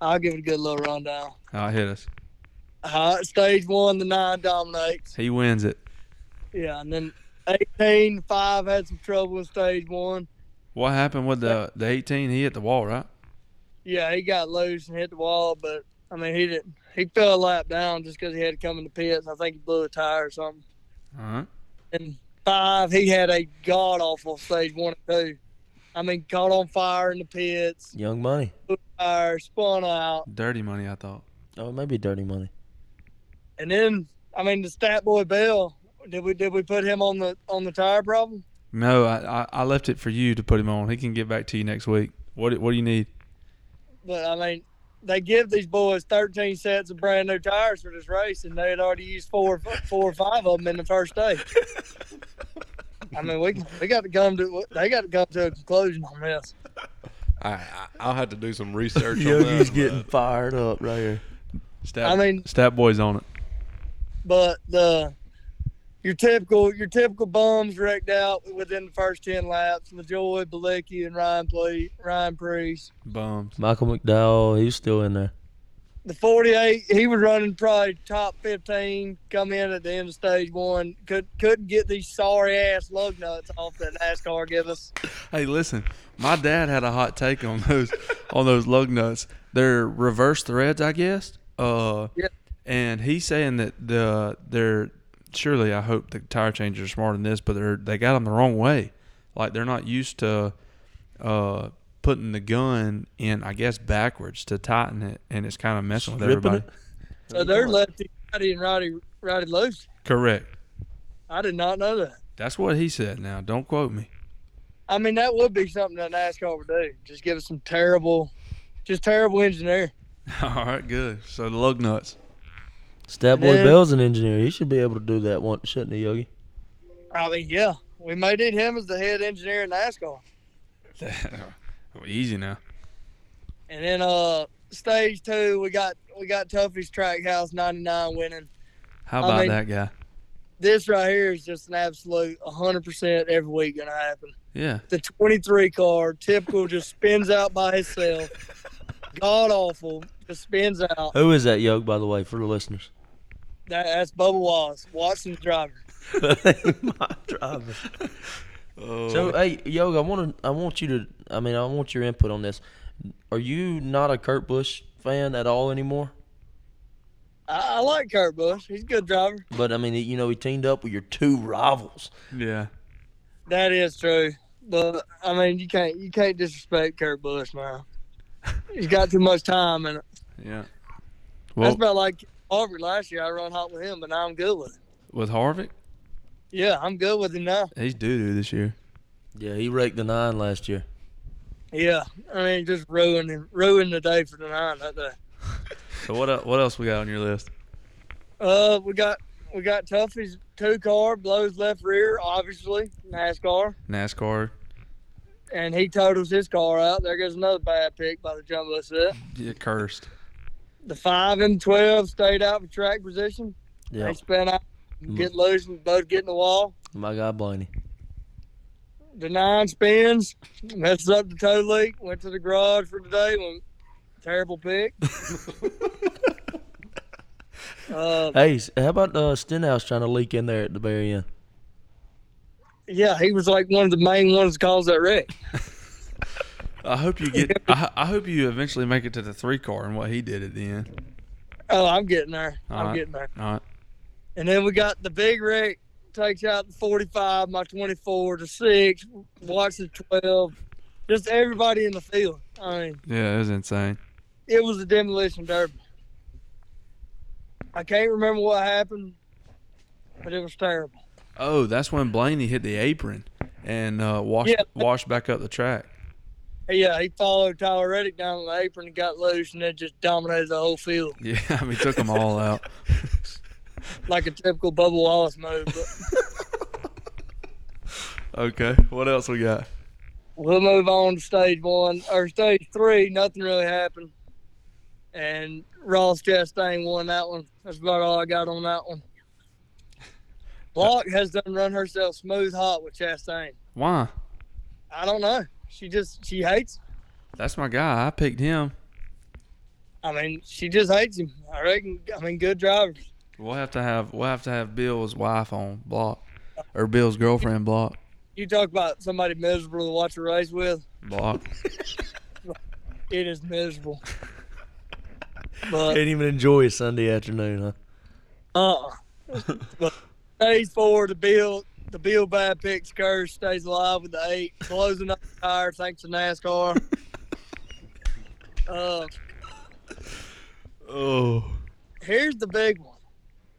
[SPEAKER 6] I'll give it a good little rundown.
[SPEAKER 3] it. I'll hit us.
[SPEAKER 6] Uh, stage one, the nine dominates.
[SPEAKER 3] He wins it.
[SPEAKER 6] Yeah, and then 18, five had some trouble in stage one.
[SPEAKER 3] What happened with the the eighteen? He hit the wall, right?
[SPEAKER 6] Yeah, he got loose and hit the wall, but I mean, he didn't. He fell a lap down just because he had to come in the pits. I think he blew a tire or something.
[SPEAKER 3] All right.
[SPEAKER 6] And five, he had a god awful stage one and two. I mean, caught on fire in the pits,
[SPEAKER 4] Young money.
[SPEAKER 6] fire spun out,
[SPEAKER 3] Dirty money, I thought.
[SPEAKER 4] Oh, maybe dirty money.
[SPEAKER 6] and then I mean, the stat boy Bell. Did we did we put him on the on the tire problem?
[SPEAKER 3] No, I, I, I left it for you to put him on. He can get back to you next week. What do- What do you need?
[SPEAKER 6] But I mean, they give these boys 13 sets of brand new tires for this race, and they had already used four, four or five of them in the first day. I mean, we we got to come to they got to come to a conclusion on this.
[SPEAKER 2] All right, I, I'll have to do some research on
[SPEAKER 4] Yogi's
[SPEAKER 2] that.
[SPEAKER 4] getting fired up right here.
[SPEAKER 3] Stat,
[SPEAKER 6] I mean-
[SPEAKER 3] Stat Boy's on it.
[SPEAKER 6] But the your typical your typical bums wrecked out within the first 10 laps. LaJoy, Balecki, and Ryan Ple- Ryan Priest.
[SPEAKER 3] Bums.
[SPEAKER 4] Michael McDowell, he's still in there.
[SPEAKER 6] the 48 he was running probably top 15 come in at the end of stage one could couldn't get these sorry ass lug nuts off that nascar give us
[SPEAKER 3] Hey, listen, my dad had a hot take on those on those lug nuts. They're reverse threads, I guess. Uh,
[SPEAKER 6] Yeah.
[SPEAKER 3] And he's saying that the they're surely I hope the tire changers are smarter than this, but they're they got them the wrong way. Like they're not used to uh, putting the gun in, I guess, backwards to tighten it, and it's kind of messing with
[SPEAKER 4] Stripping
[SPEAKER 3] everybody.
[SPEAKER 4] it?
[SPEAKER 6] so they're lefty righty and righty righty loose
[SPEAKER 3] Correct.
[SPEAKER 6] i did not know that
[SPEAKER 3] That's what he said. Now, don't quote me.
[SPEAKER 6] i mean that would be something that nascar would do just give us some terrible just terrible engineer
[SPEAKER 3] All right, good. So the lug nuts.
[SPEAKER 4] Stat boy
[SPEAKER 6] Yeah.
[SPEAKER 4] Bell's an engineer. He should be able to do that one, shouldn't he, Yogi?
[SPEAKER 6] i mean yeah we may need him as the head engineer in nascar
[SPEAKER 3] Easy now.
[SPEAKER 6] And then uh stage two we got we got Tuffy's Trackhouse ninety nine winning.
[SPEAKER 3] How
[SPEAKER 6] I
[SPEAKER 3] about
[SPEAKER 6] mean-
[SPEAKER 3] that guy?
[SPEAKER 6] This right here is just an absolute hundred percent every week gonna happen.
[SPEAKER 3] Yeah.
[SPEAKER 6] The twenty three car, typical just spins out by itself. God awful. Just spins out.
[SPEAKER 4] Who is that, Yogi, by the way, for the listeners?
[SPEAKER 6] That, that's Bubba Wallace, Watson's driver.
[SPEAKER 4] my driver.
[SPEAKER 3] Oh,
[SPEAKER 4] So hey, Yoga, I want to. I want you to. I mean, I want your input on this. Are you not a Kurt Busch fan at all anymore?
[SPEAKER 6] I, I like Kurt Busch. He's a good driver.
[SPEAKER 4] But I mean, you know, he teamed up with your two rivals.
[SPEAKER 3] Yeah.
[SPEAKER 6] That is true. But I mean you can't you can't disrespect Kurt Busch now. He's got too much time and
[SPEAKER 3] Yeah.
[SPEAKER 6] That's
[SPEAKER 3] Well,
[SPEAKER 6] about like Harvard last year. I run hot with him, but now I'm good with him.
[SPEAKER 3] with Harvick,
[SPEAKER 6] Yeah, I'm good with him now.
[SPEAKER 3] he's doo doo this year.
[SPEAKER 4] Yeah, he raked the nine last year.
[SPEAKER 6] Yeah, I mean, just ruined ruined the day for the nine that day.
[SPEAKER 3] So what el- what else we got on your list?
[SPEAKER 6] Uh, we got we got Tuffy's two car blows left rear, obviously NASCAR,
[SPEAKER 3] NASCAR.
[SPEAKER 6] and he totals his car out. There goes another bad pick by the jumbo set.
[SPEAKER 3] Yeah, cursed.
[SPEAKER 6] The five and twelve stayed out for track position.
[SPEAKER 4] Yeah,
[SPEAKER 6] They spin out,
[SPEAKER 3] Mm.
[SPEAKER 6] get loose, and both get in the wall.
[SPEAKER 4] my guy Blaney.
[SPEAKER 6] the nine spins, messes up the toe leak, went to the garage for today. Went, terrible pick. uh,
[SPEAKER 4] Hey, s- how about uh, Stenhouse trying to leak in there at the very end?
[SPEAKER 6] yeah, he was like one of the main ones that caused that wreck.
[SPEAKER 3] I hope you get. I, ho- I hope you eventually make it to the three car and what he did at the end.
[SPEAKER 6] Oh, I'm getting there. I'm
[SPEAKER 3] Alright.
[SPEAKER 6] getting there.
[SPEAKER 3] All right.
[SPEAKER 6] And then we got the big wreck. Takes out the 45, my 24, the 6, watch the 12. Just everybody in the field. I mean,
[SPEAKER 3] Yeah, it was insane.
[SPEAKER 6] it was a demolition derby. I can't remember what happened, but it was terrible.
[SPEAKER 3] Oh, that's when Blaney hit the apron and uh, washed
[SPEAKER 6] Yeah.
[SPEAKER 3] washed back up the track.
[SPEAKER 6] Yeah, he followed Tyler Reddick down the apron and got loose, and then just dominated the whole field
[SPEAKER 3] Yeah, I mean took them all out.
[SPEAKER 6] like a typical Bubba Wallace move. But
[SPEAKER 3] Okay. What else we got?
[SPEAKER 6] we'll move on to stage one or stage three. Nothing really happened, and Ross Chastain won that one. That's about all I got on that one. Block has done run herself smooth hot with Chastain.
[SPEAKER 3] Why?
[SPEAKER 6] I don't know. She just she hates.
[SPEAKER 3] That's my guy. I picked him.
[SPEAKER 6] I mean, she just hates him. I reckon. I mean, good driver.
[SPEAKER 3] We'll have to have we'll have to have Bill's wife on block or Bill's girlfriend block
[SPEAKER 6] You talk about somebody miserable to watch a race with.
[SPEAKER 3] block.
[SPEAKER 6] It is miserable. But
[SPEAKER 4] Can't even enjoy a Sunday afternoon, huh?
[SPEAKER 6] uh, but stays four. The Bill, the Bill Bad Picks curse stays alive with the eight. Closing up the tire thanks to NASCAR. uh,
[SPEAKER 3] Oh.
[SPEAKER 6] here's the big one.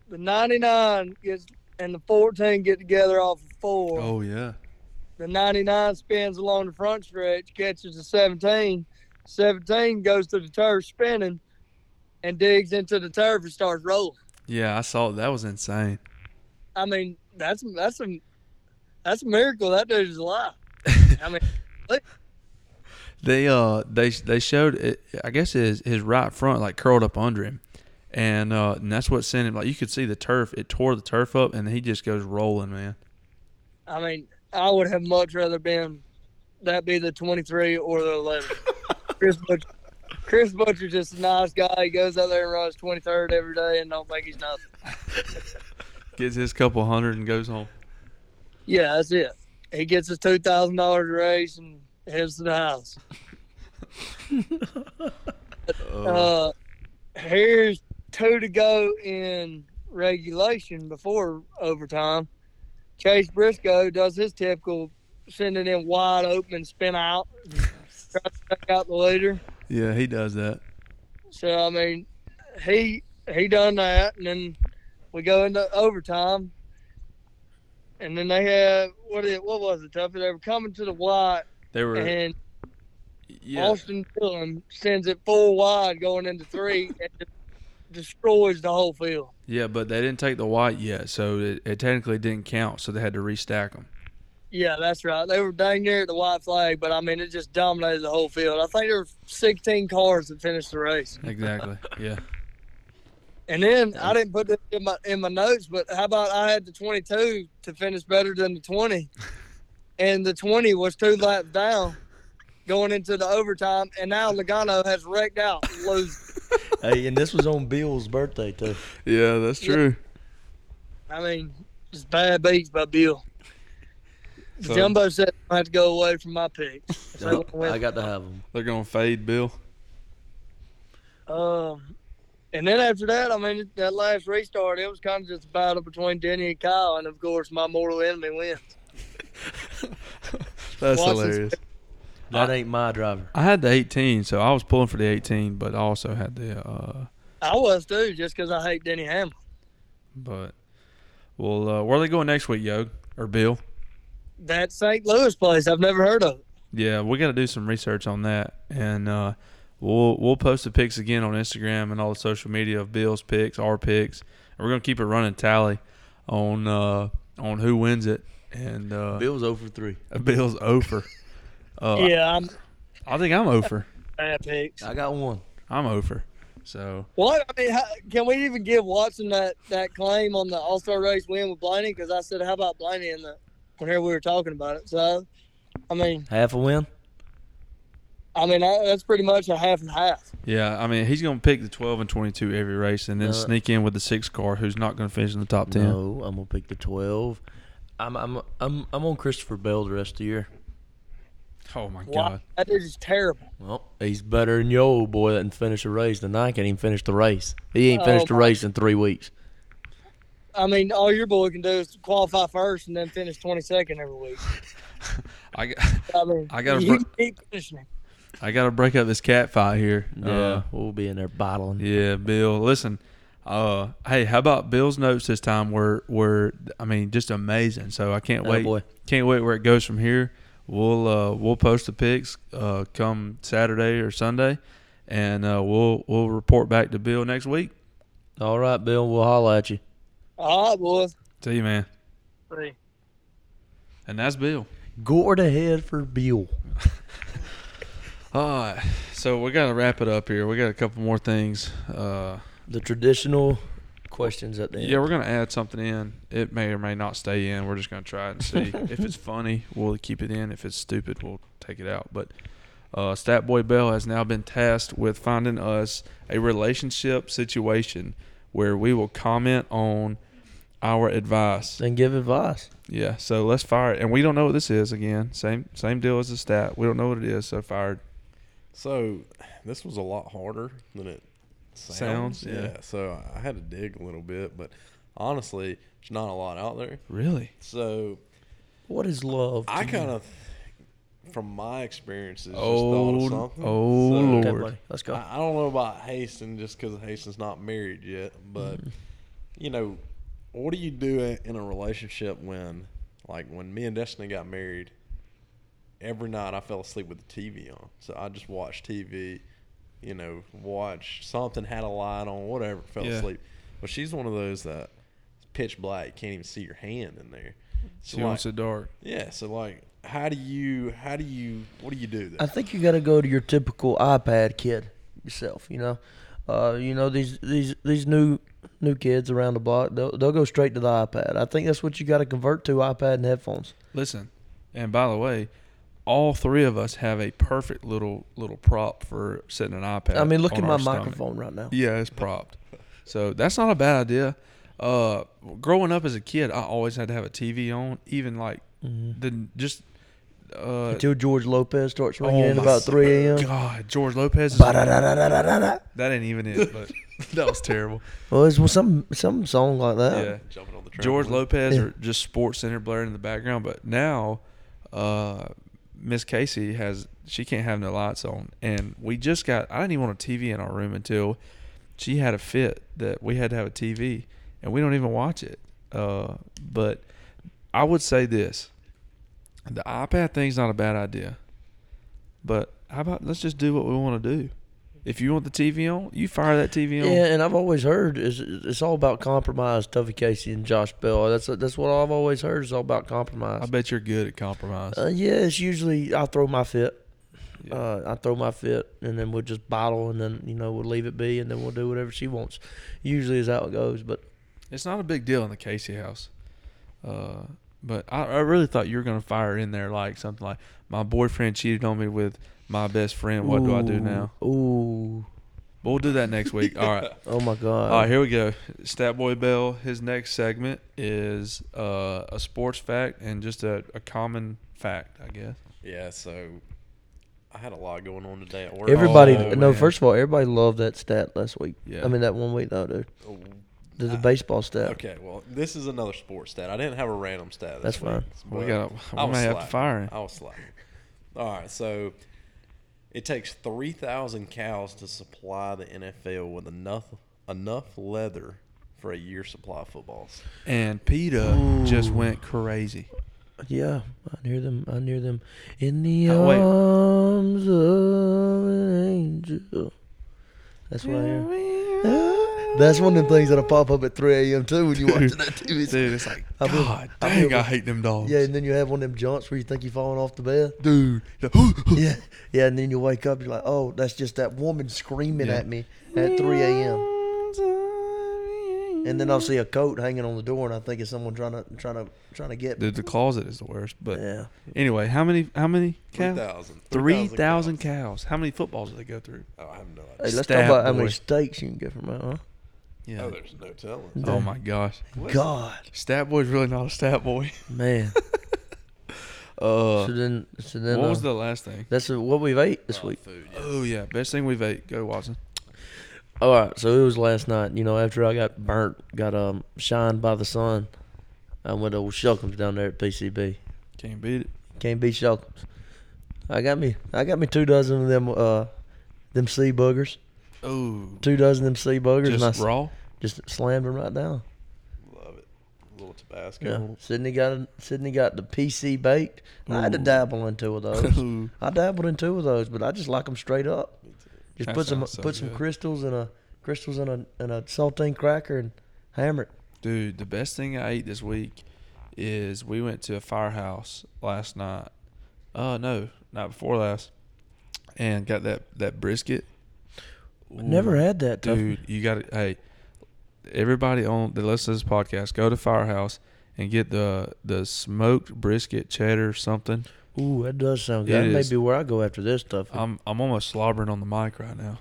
[SPEAKER 6] The 99 gets and the 14 get together off of four.
[SPEAKER 3] Oh yeah.
[SPEAKER 6] The 99 spins along the front stretch, catches the 17. 17 goes to the turf spinning and digs into the turf and starts rolling.
[SPEAKER 3] Yeah, I saw that was insane.
[SPEAKER 6] I mean, that's that's a that's a miracle that dude is alive. I mean,
[SPEAKER 3] They uh they they showed it, I guess his his right front like curled up under him, and uh and that's what sent him like you could see the turf it tore the turf up and he just goes rolling man.
[SPEAKER 6] I mean, I would have much rather been that be the 23 or the 11. Chris Butcher, Chris Butcher's just a nice guy. He goes out there and runs 23rd every day and don't think he's nothing.
[SPEAKER 3] Gets his couple hundred and goes home.
[SPEAKER 6] Yeah, that's it. He gets his two thousand dollars raise and heads to the house. uh, here's two to go in regulation before overtime. Chase Briscoe does his typical sending in wide open spin out, tries to take out the leader.
[SPEAKER 3] Yeah, he does that.
[SPEAKER 6] So I mean, he he done that, and then we go into overtime, and then they have what is what was it, Tuffy? They were coming to the white,
[SPEAKER 3] They were
[SPEAKER 6] and
[SPEAKER 3] yeah.
[SPEAKER 6] Austin Dillon sends it full wide going into three, and just destroys the whole field.
[SPEAKER 3] Yeah, but they didn't take the white yet, so it, it technically didn't count. So they had to restack them.
[SPEAKER 6] Yeah, that's right. They were dang near at the white flag, but I mean, it just dominated the whole field. I think there were 16 cars that finished the race.
[SPEAKER 3] Exactly. yeah.
[SPEAKER 6] And then I didn't put this in my in my notes, but how about I had the 22 to finish better than the 20, and the 20 was two laps down going into the overtime, and now Logano has wrecked out. Lose.
[SPEAKER 4] hey, and this was on Bill's birthday too.
[SPEAKER 3] Yeah, that's
[SPEAKER 6] Yeah.
[SPEAKER 3] true.
[SPEAKER 6] I mean, it's bad beats by Bill.
[SPEAKER 3] So-
[SPEAKER 6] Jumbo said I had to go away from my pick. So I went-
[SPEAKER 4] I got to have him.
[SPEAKER 3] They're gonna fade Bill.
[SPEAKER 6] Um, and then after that, I mean, that last restart, it was kind of just a battle between Denny and Kyle, and of course, my mortal enemy wins.
[SPEAKER 3] That's
[SPEAKER 6] Watson's-
[SPEAKER 3] hilarious.
[SPEAKER 4] That ain't my driver.
[SPEAKER 3] I had the 18, so I was pulling for the 18, but I also had the uh,
[SPEAKER 6] I was too, just because I hate Denny Hamlin.
[SPEAKER 3] but well, uh, where are they going next week, Yog or Bill?
[SPEAKER 6] that St. Louis place I've never heard of.
[SPEAKER 3] Yeah, we got to do some research on that, and uh, we'll we'll post the pics again on Instagram and all the social media of Bill's picks, our picks. And we're gonna keep a running tally on uh, on who wins it, and uh,
[SPEAKER 4] Bill's over three.
[SPEAKER 3] Bill's over. Uh,
[SPEAKER 6] yeah, I'm
[SPEAKER 3] I think I'm over.
[SPEAKER 6] bad picks.
[SPEAKER 4] I got one.
[SPEAKER 3] I'm over. So
[SPEAKER 6] What I mean, how, can we even give Watson that, that claim on the All Star race win with Blaney? Because I said, how about Blaney in the whenever we were talking about it. So, I mean,
[SPEAKER 4] Half a win.
[SPEAKER 6] I mean I, that's pretty much a half and half.
[SPEAKER 3] yeah, I mean he's gonna pick the 12 and 22 every race, and then
[SPEAKER 4] Uh,
[SPEAKER 3] sneak in with the six car who's not gonna finish in the top 10.
[SPEAKER 4] No, I'm gonna pick the twelve. I'm I'm I'm I'm on Christopher Bell the rest of the year.
[SPEAKER 3] Oh my
[SPEAKER 6] Wow,
[SPEAKER 3] god.
[SPEAKER 6] that dude is terrible.
[SPEAKER 4] Well, he's better than your old boy that didn't finish a race. The Nike ain't even finished the race. He ain't
[SPEAKER 6] Oh,
[SPEAKER 4] finished the
[SPEAKER 6] my-
[SPEAKER 4] race in three weeks.
[SPEAKER 6] I mean, all your boy can do is qualify first and then finish twenty second every week.
[SPEAKER 3] I got,
[SPEAKER 6] I mean,
[SPEAKER 3] I gotta
[SPEAKER 6] you
[SPEAKER 3] br-
[SPEAKER 6] keep finishing. him.
[SPEAKER 3] I got to break up this cat fight here.
[SPEAKER 4] Yeah,
[SPEAKER 3] Uh,
[SPEAKER 4] we'll be in there bottling.
[SPEAKER 3] Yeah, Bill. Listen, uh, hey, how about Bill's notes this time? Were were I mean, just amazing. So I can't wait.
[SPEAKER 4] boy.
[SPEAKER 3] Can't wait where it goes from here. We'll uh, we'll post the pics uh, come Saturday or Sunday, and uh, we'll we'll report back to Bill next week.
[SPEAKER 4] All right, Bill, we'll holler at you.
[SPEAKER 6] All right, boys.
[SPEAKER 3] See you, man.
[SPEAKER 6] Three.
[SPEAKER 3] And that's Bill.
[SPEAKER 4] Gored ahead for Bill.
[SPEAKER 3] All right. So we got to wrap it up here. We got a couple more things. Uh,
[SPEAKER 4] The traditional questions at the end.
[SPEAKER 3] Yeah, we're gonna add something in. It may or may not stay in. We're just gonna try it and see. if it's funny, we'll keep it in. If it's stupid, we'll take it out. But uh, Stat Boy Bell has now been tasked with finding us a relationship situation where we will comment on our advice.
[SPEAKER 4] and give advice.
[SPEAKER 3] Yeah, so let's fire it. And we don't know what this is again. Same same deal as the stat. We don't know what it is, so fired.
[SPEAKER 2] So this was a lot harder than it
[SPEAKER 3] Sounds, yeah.
[SPEAKER 2] So I had to dig a little bit, but honestly, there's not a lot out there.
[SPEAKER 3] Really?
[SPEAKER 2] So
[SPEAKER 4] What is love? to
[SPEAKER 2] I
[SPEAKER 4] you?
[SPEAKER 2] kind of, from my experiences,
[SPEAKER 3] Oh,
[SPEAKER 2] just thought of something.
[SPEAKER 3] oh,
[SPEAKER 2] So,
[SPEAKER 3] Lord.
[SPEAKER 4] Okay, buddy. Let's go.
[SPEAKER 2] I, I don't know about Hasten just because Hasten's not married yet, but
[SPEAKER 3] Mm-hmm.
[SPEAKER 2] you know, what do you do i- in a relationship when, like, when me and Destiny got married? Every night I fell asleep with the TV on, so I just watched TV, you know, watched something had a light on, whatever, fell
[SPEAKER 3] Yeah.
[SPEAKER 2] asleep. But she's one of those that it's pitch black, you can't even see your hand in there. So
[SPEAKER 3] She
[SPEAKER 2] like,
[SPEAKER 3] wants it dark.
[SPEAKER 2] yeah, so like, how do you, how do you, what do you do
[SPEAKER 4] I
[SPEAKER 2] there?
[SPEAKER 4] think you got to go to your typical iPad kid yourself. You know, uh, you know these these these new new kids around the block. They'll they'll go straight to the iPad. I think that's what you got to convert to iPad and headphones.
[SPEAKER 3] Listen, and by the way, all three of us have a perfect little little prop for setting an iPad.
[SPEAKER 4] I mean, look
[SPEAKER 3] on
[SPEAKER 4] at
[SPEAKER 3] our
[SPEAKER 4] my
[SPEAKER 3] stomach.
[SPEAKER 4] microphone right now.
[SPEAKER 3] Yeah, it's propped. So that's not a bad idea. Uh, growing up as a kid, I always had to have a TV on, even like
[SPEAKER 4] Mm-hmm.
[SPEAKER 3] the just. Uh,
[SPEAKER 4] Until George Lopez starts ringing
[SPEAKER 3] oh
[SPEAKER 4] in
[SPEAKER 3] my
[SPEAKER 4] about three a.m.
[SPEAKER 3] God, George Lopez is
[SPEAKER 4] Ba-da-da-da-da-da-da.
[SPEAKER 3] that ain't even it, but that was terrible.
[SPEAKER 4] Well, it's well, some some song like that.
[SPEAKER 3] Yeah.
[SPEAKER 2] Jumping on the
[SPEAKER 3] George
[SPEAKER 2] trampoline.
[SPEAKER 3] Lopez
[SPEAKER 4] Yeah.
[SPEAKER 3] or just Sports Center blaring in the background. But now, uh, Miss Casey has she can't have no lights on, and we just got I didn't even want a TV in our room until she had a fit that we had to have a TV, and we don't even watch it. Uh, but I would say this: the iPad thing's not a bad idea, but how about let's just do what we want to do. If you want the TV on, you fire that TV on.
[SPEAKER 4] Yeah, and I've always heard is it's all about compromise. Tuffy Casey and Josh Bell. That's that's what I've always heard. It's all about compromise.
[SPEAKER 3] I bet you're good at compromise.
[SPEAKER 4] Uh, yeah, it's usually I throw my fit.
[SPEAKER 3] Yeah.
[SPEAKER 4] Uh, I throw my fit, and then we'll just bottle, and then you know we'll leave it be, and then we'll do whatever she wants. Usually is how it goes. But
[SPEAKER 3] It's not a big deal in the Casey house. Uh, but I, I really thought you were going to fire in there like something like, my boyfriend cheated on me with my best friend. What do I do now?
[SPEAKER 4] Ooh, Ooh,
[SPEAKER 3] But we'll do that next week. All right.
[SPEAKER 4] oh my God!
[SPEAKER 3] All right, here we go. Stat Boy Bell, his next segment is uh, a sports fact and just a, a common fact, I guess.
[SPEAKER 2] Yeah, so I had a lot going on today at work.
[SPEAKER 4] everybody,
[SPEAKER 3] Oh,
[SPEAKER 4] no.
[SPEAKER 3] man.
[SPEAKER 4] First of all, everybody loved that stat last week.
[SPEAKER 3] Yeah.
[SPEAKER 4] I mean that one week though, dude.
[SPEAKER 2] Oh,
[SPEAKER 4] The, the
[SPEAKER 2] I-
[SPEAKER 4] baseball stat.
[SPEAKER 2] Okay, well, this is another sports stat. I didn't have a random stat.
[SPEAKER 4] That's
[SPEAKER 2] This
[SPEAKER 4] fine.
[SPEAKER 2] week,
[SPEAKER 3] We
[SPEAKER 2] but
[SPEAKER 3] gotta-
[SPEAKER 2] I
[SPEAKER 3] we
[SPEAKER 2] was
[SPEAKER 3] may have to
[SPEAKER 2] slacking.
[SPEAKER 3] fire him.
[SPEAKER 2] I was slacking. All right, so it takes 3,000 cows to supply the NFL with enough enough leather for a year's supply of footballs.
[SPEAKER 3] And PETA just went crazy.
[SPEAKER 4] Yeah, I hear them. I hear them in the
[SPEAKER 3] Oh, wait.
[SPEAKER 4] arms of an angel. That's what I hear. That's one of them things that'll pop up at 3 a.m. too when you watch that TV.
[SPEAKER 3] Dude, it's like,
[SPEAKER 4] I feel-
[SPEAKER 3] God
[SPEAKER 4] I
[SPEAKER 3] dang,
[SPEAKER 4] feel-
[SPEAKER 3] I hate them dogs.
[SPEAKER 4] Yeah, and then you have one of them jumps where you think you're falling off the bed.
[SPEAKER 3] Dude.
[SPEAKER 4] Yeah, yeah, and then you wake up, you're like, oh, that's just that woman screaming
[SPEAKER 3] Yeah.
[SPEAKER 4] at me at 3 a.m. And then I'll see a coat hanging on the door, and I think it's someone trying to trying to trying to get me.
[SPEAKER 3] Dude, the closet is the worst. But
[SPEAKER 4] Yeah,
[SPEAKER 3] anyway, how many? How many cows?
[SPEAKER 2] 3,000.
[SPEAKER 3] Three thousand cows. How many footballs do they go through?
[SPEAKER 2] Oh, I have no
[SPEAKER 4] hey,
[SPEAKER 2] idea.
[SPEAKER 4] let's
[SPEAKER 3] Stab
[SPEAKER 4] talk about how many
[SPEAKER 3] boy.
[SPEAKER 4] steaks you can get from that, huh?
[SPEAKER 3] Yeah.
[SPEAKER 2] Oh,
[SPEAKER 3] Oh,
[SPEAKER 2] there's no telling.
[SPEAKER 3] my gosh,
[SPEAKER 4] God,
[SPEAKER 3] stat boy's really not a stat boy.
[SPEAKER 4] man.
[SPEAKER 3] Uh,
[SPEAKER 4] so then, so then,
[SPEAKER 3] what
[SPEAKER 4] uh,
[SPEAKER 3] was the last thing?
[SPEAKER 4] that's what we've ate this week.
[SPEAKER 2] Food, yeah.
[SPEAKER 3] Oh yeah, best thing we've ate. Go Watson.
[SPEAKER 4] All right, so it was last night. You know, after I got burnt, got um shined by the sun, I went to old Shelcombs down there at PCB.
[SPEAKER 3] Can't beat it.
[SPEAKER 4] Can't beat Shelcombs. I got me, I got me two dozen of them, uh, them sea buggers.
[SPEAKER 3] Oh,
[SPEAKER 4] Two dozen of them sea buggers, and I
[SPEAKER 3] just
[SPEAKER 4] s-
[SPEAKER 3] raw.
[SPEAKER 4] just slammed them right down.
[SPEAKER 2] Love it. A little Tabasco.
[SPEAKER 4] Yeah, Sydney got a, Sydney got the PC baked. I had to dabble in two of those.
[SPEAKER 3] Ooh.
[SPEAKER 4] I dabbled in two of those, but I just like them straight up. Just
[SPEAKER 3] That
[SPEAKER 4] put some
[SPEAKER 3] sounds so
[SPEAKER 4] put some
[SPEAKER 3] good.
[SPEAKER 4] crystals in a crystals in a in a saltine cracker and hammer it.
[SPEAKER 3] Dude, the best thing I ate this week is we went to a firehouse last night. Uh no, not before last, and got that that brisket.
[SPEAKER 4] Never had that, Tuffy.
[SPEAKER 3] dude. You got to hey, everybody on that listens to this podcast, go to Firehouse and get the the smoked brisket cheddar something.
[SPEAKER 4] Ooh, that does sound
[SPEAKER 3] It
[SPEAKER 4] good. That may
[SPEAKER 3] is. Uh,
[SPEAKER 4] be where I go after this stuff.
[SPEAKER 3] I'm I'm almost slobbering on the mic right now.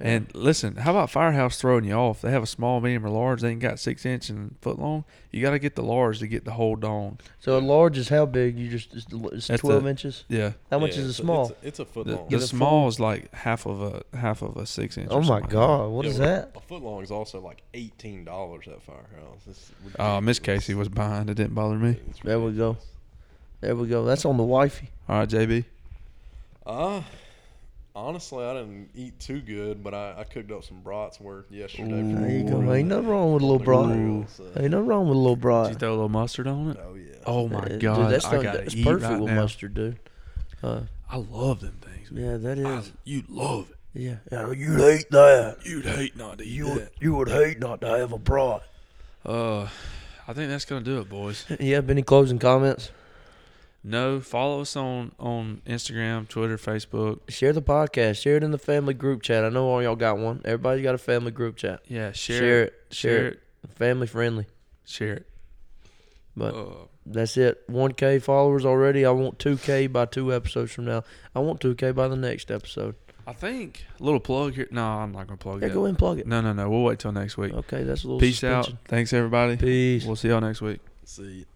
[SPEAKER 3] And listen, how about Firehouse throwing you off? They have a small, medium, or large. They ain't got six inch and foot long. You got to get the large to get the whole dong.
[SPEAKER 4] So a large is how big? You just it's, l- it's
[SPEAKER 3] That's
[SPEAKER 4] twelve
[SPEAKER 3] the-
[SPEAKER 4] inches.
[SPEAKER 3] Yeah.
[SPEAKER 4] How much
[SPEAKER 2] Yeah,
[SPEAKER 4] is a
[SPEAKER 2] it's
[SPEAKER 4] small?
[SPEAKER 2] It's a, it's a foot
[SPEAKER 3] The,
[SPEAKER 2] long.
[SPEAKER 3] the
[SPEAKER 4] Get a
[SPEAKER 3] small is like half of a half of a six inch. or
[SPEAKER 4] oh my
[SPEAKER 3] something like that.
[SPEAKER 4] God! What
[SPEAKER 2] Yeah,
[SPEAKER 4] is
[SPEAKER 2] well,
[SPEAKER 4] that?
[SPEAKER 2] A foot long is also like eighteen dollars at Firehouse. It's
[SPEAKER 3] Oh, Miss
[SPEAKER 2] ridiculous.
[SPEAKER 3] Casey was behind. It didn't bother me.
[SPEAKER 2] It's
[SPEAKER 4] There we go.
[SPEAKER 2] ridiculous.
[SPEAKER 4] There we go. That's on the wifey.
[SPEAKER 3] All right, JB.
[SPEAKER 2] Uh, honestly, I didn't eat too good, but I, I cooked up some brats worth yesterday.
[SPEAKER 3] Ooh.
[SPEAKER 2] for
[SPEAKER 4] There you
[SPEAKER 2] the
[SPEAKER 4] go.
[SPEAKER 2] grill.
[SPEAKER 4] Ain't nothing wrong with a little
[SPEAKER 2] The
[SPEAKER 4] brat.
[SPEAKER 2] grill,
[SPEAKER 4] Ain't
[SPEAKER 2] so-
[SPEAKER 4] nothing wrong with a
[SPEAKER 3] Did
[SPEAKER 4] little
[SPEAKER 3] you
[SPEAKER 4] brat.
[SPEAKER 3] throw a little mustard on it?
[SPEAKER 2] Oh yeah.
[SPEAKER 3] Oh
[SPEAKER 4] Uh,
[SPEAKER 3] my
[SPEAKER 4] dude,
[SPEAKER 3] god!
[SPEAKER 4] that's
[SPEAKER 3] I
[SPEAKER 4] not-
[SPEAKER 3] gotta
[SPEAKER 4] that's
[SPEAKER 3] eat
[SPEAKER 4] perfect
[SPEAKER 3] right
[SPEAKER 4] with
[SPEAKER 3] now.
[SPEAKER 4] mustard, dude. Uh,
[SPEAKER 3] I love them things. man.
[SPEAKER 4] yeah, that
[SPEAKER 3] I-
[SPEAKER 4] is.
[SPEAKER 3] you love it.
[SPEAKER 4] yeah, Yeah, you'd hate that.
[SPEAKER 3] You'd hate not to eat
[SPEAKER 4] You would,
[SPEAKER 3] that.
[SPEAKER 4] you would hate not to have a brat.
[SPEAKER 3] Uh, I think that's gonna do it, boys.
[SPEAKER 4] You have any closing comments?
[SPEAKER 3] No, follow us on on Instagram, Twitter, Facebook.
[SPEAKER 4] Share the podcast. Share it in the family group chat. I know all y'all got one. Everybody's got a family group chat.
[SPEAKER 3] Yeah, share,
[SPEAKER 4] Share
[SPEAKER 3] it,
[SPEAKER 4] it, share
[SPEAKER 3] share
[SPEAKER 4] it.
[SPEAKER 3] it,
[SPEAKER 4] Family friendly.
[SPEAKER 3] share it.
[SPEAKER 4] But
[SPEAKER 3] Uh,
[SPEAKER 4] that's it. 1K followers already. I want 2K by two episodes from now. I want 2K by the next episode.
[SPEAKER 3] I think little plug here. No, I'm not gonna plug
[SPEAKER 4] Yeah,
[SPEAKER 3] it.
[SPEAKER 4] go ahead and plug it.
[SPEAKER 3] No, no, no. Uh, We'll wait till next week.
[SPEAKER 4] Okay, that's a little
[SPEAKER 3] Peace
[SPEAKER 4] suspension.
[SPEAKER 3] out. Thanks everybody.
[SPEAKER 4] Peace.
[SPEAKER 3] We'll see y'all next week.
[SPEAKER 2] See.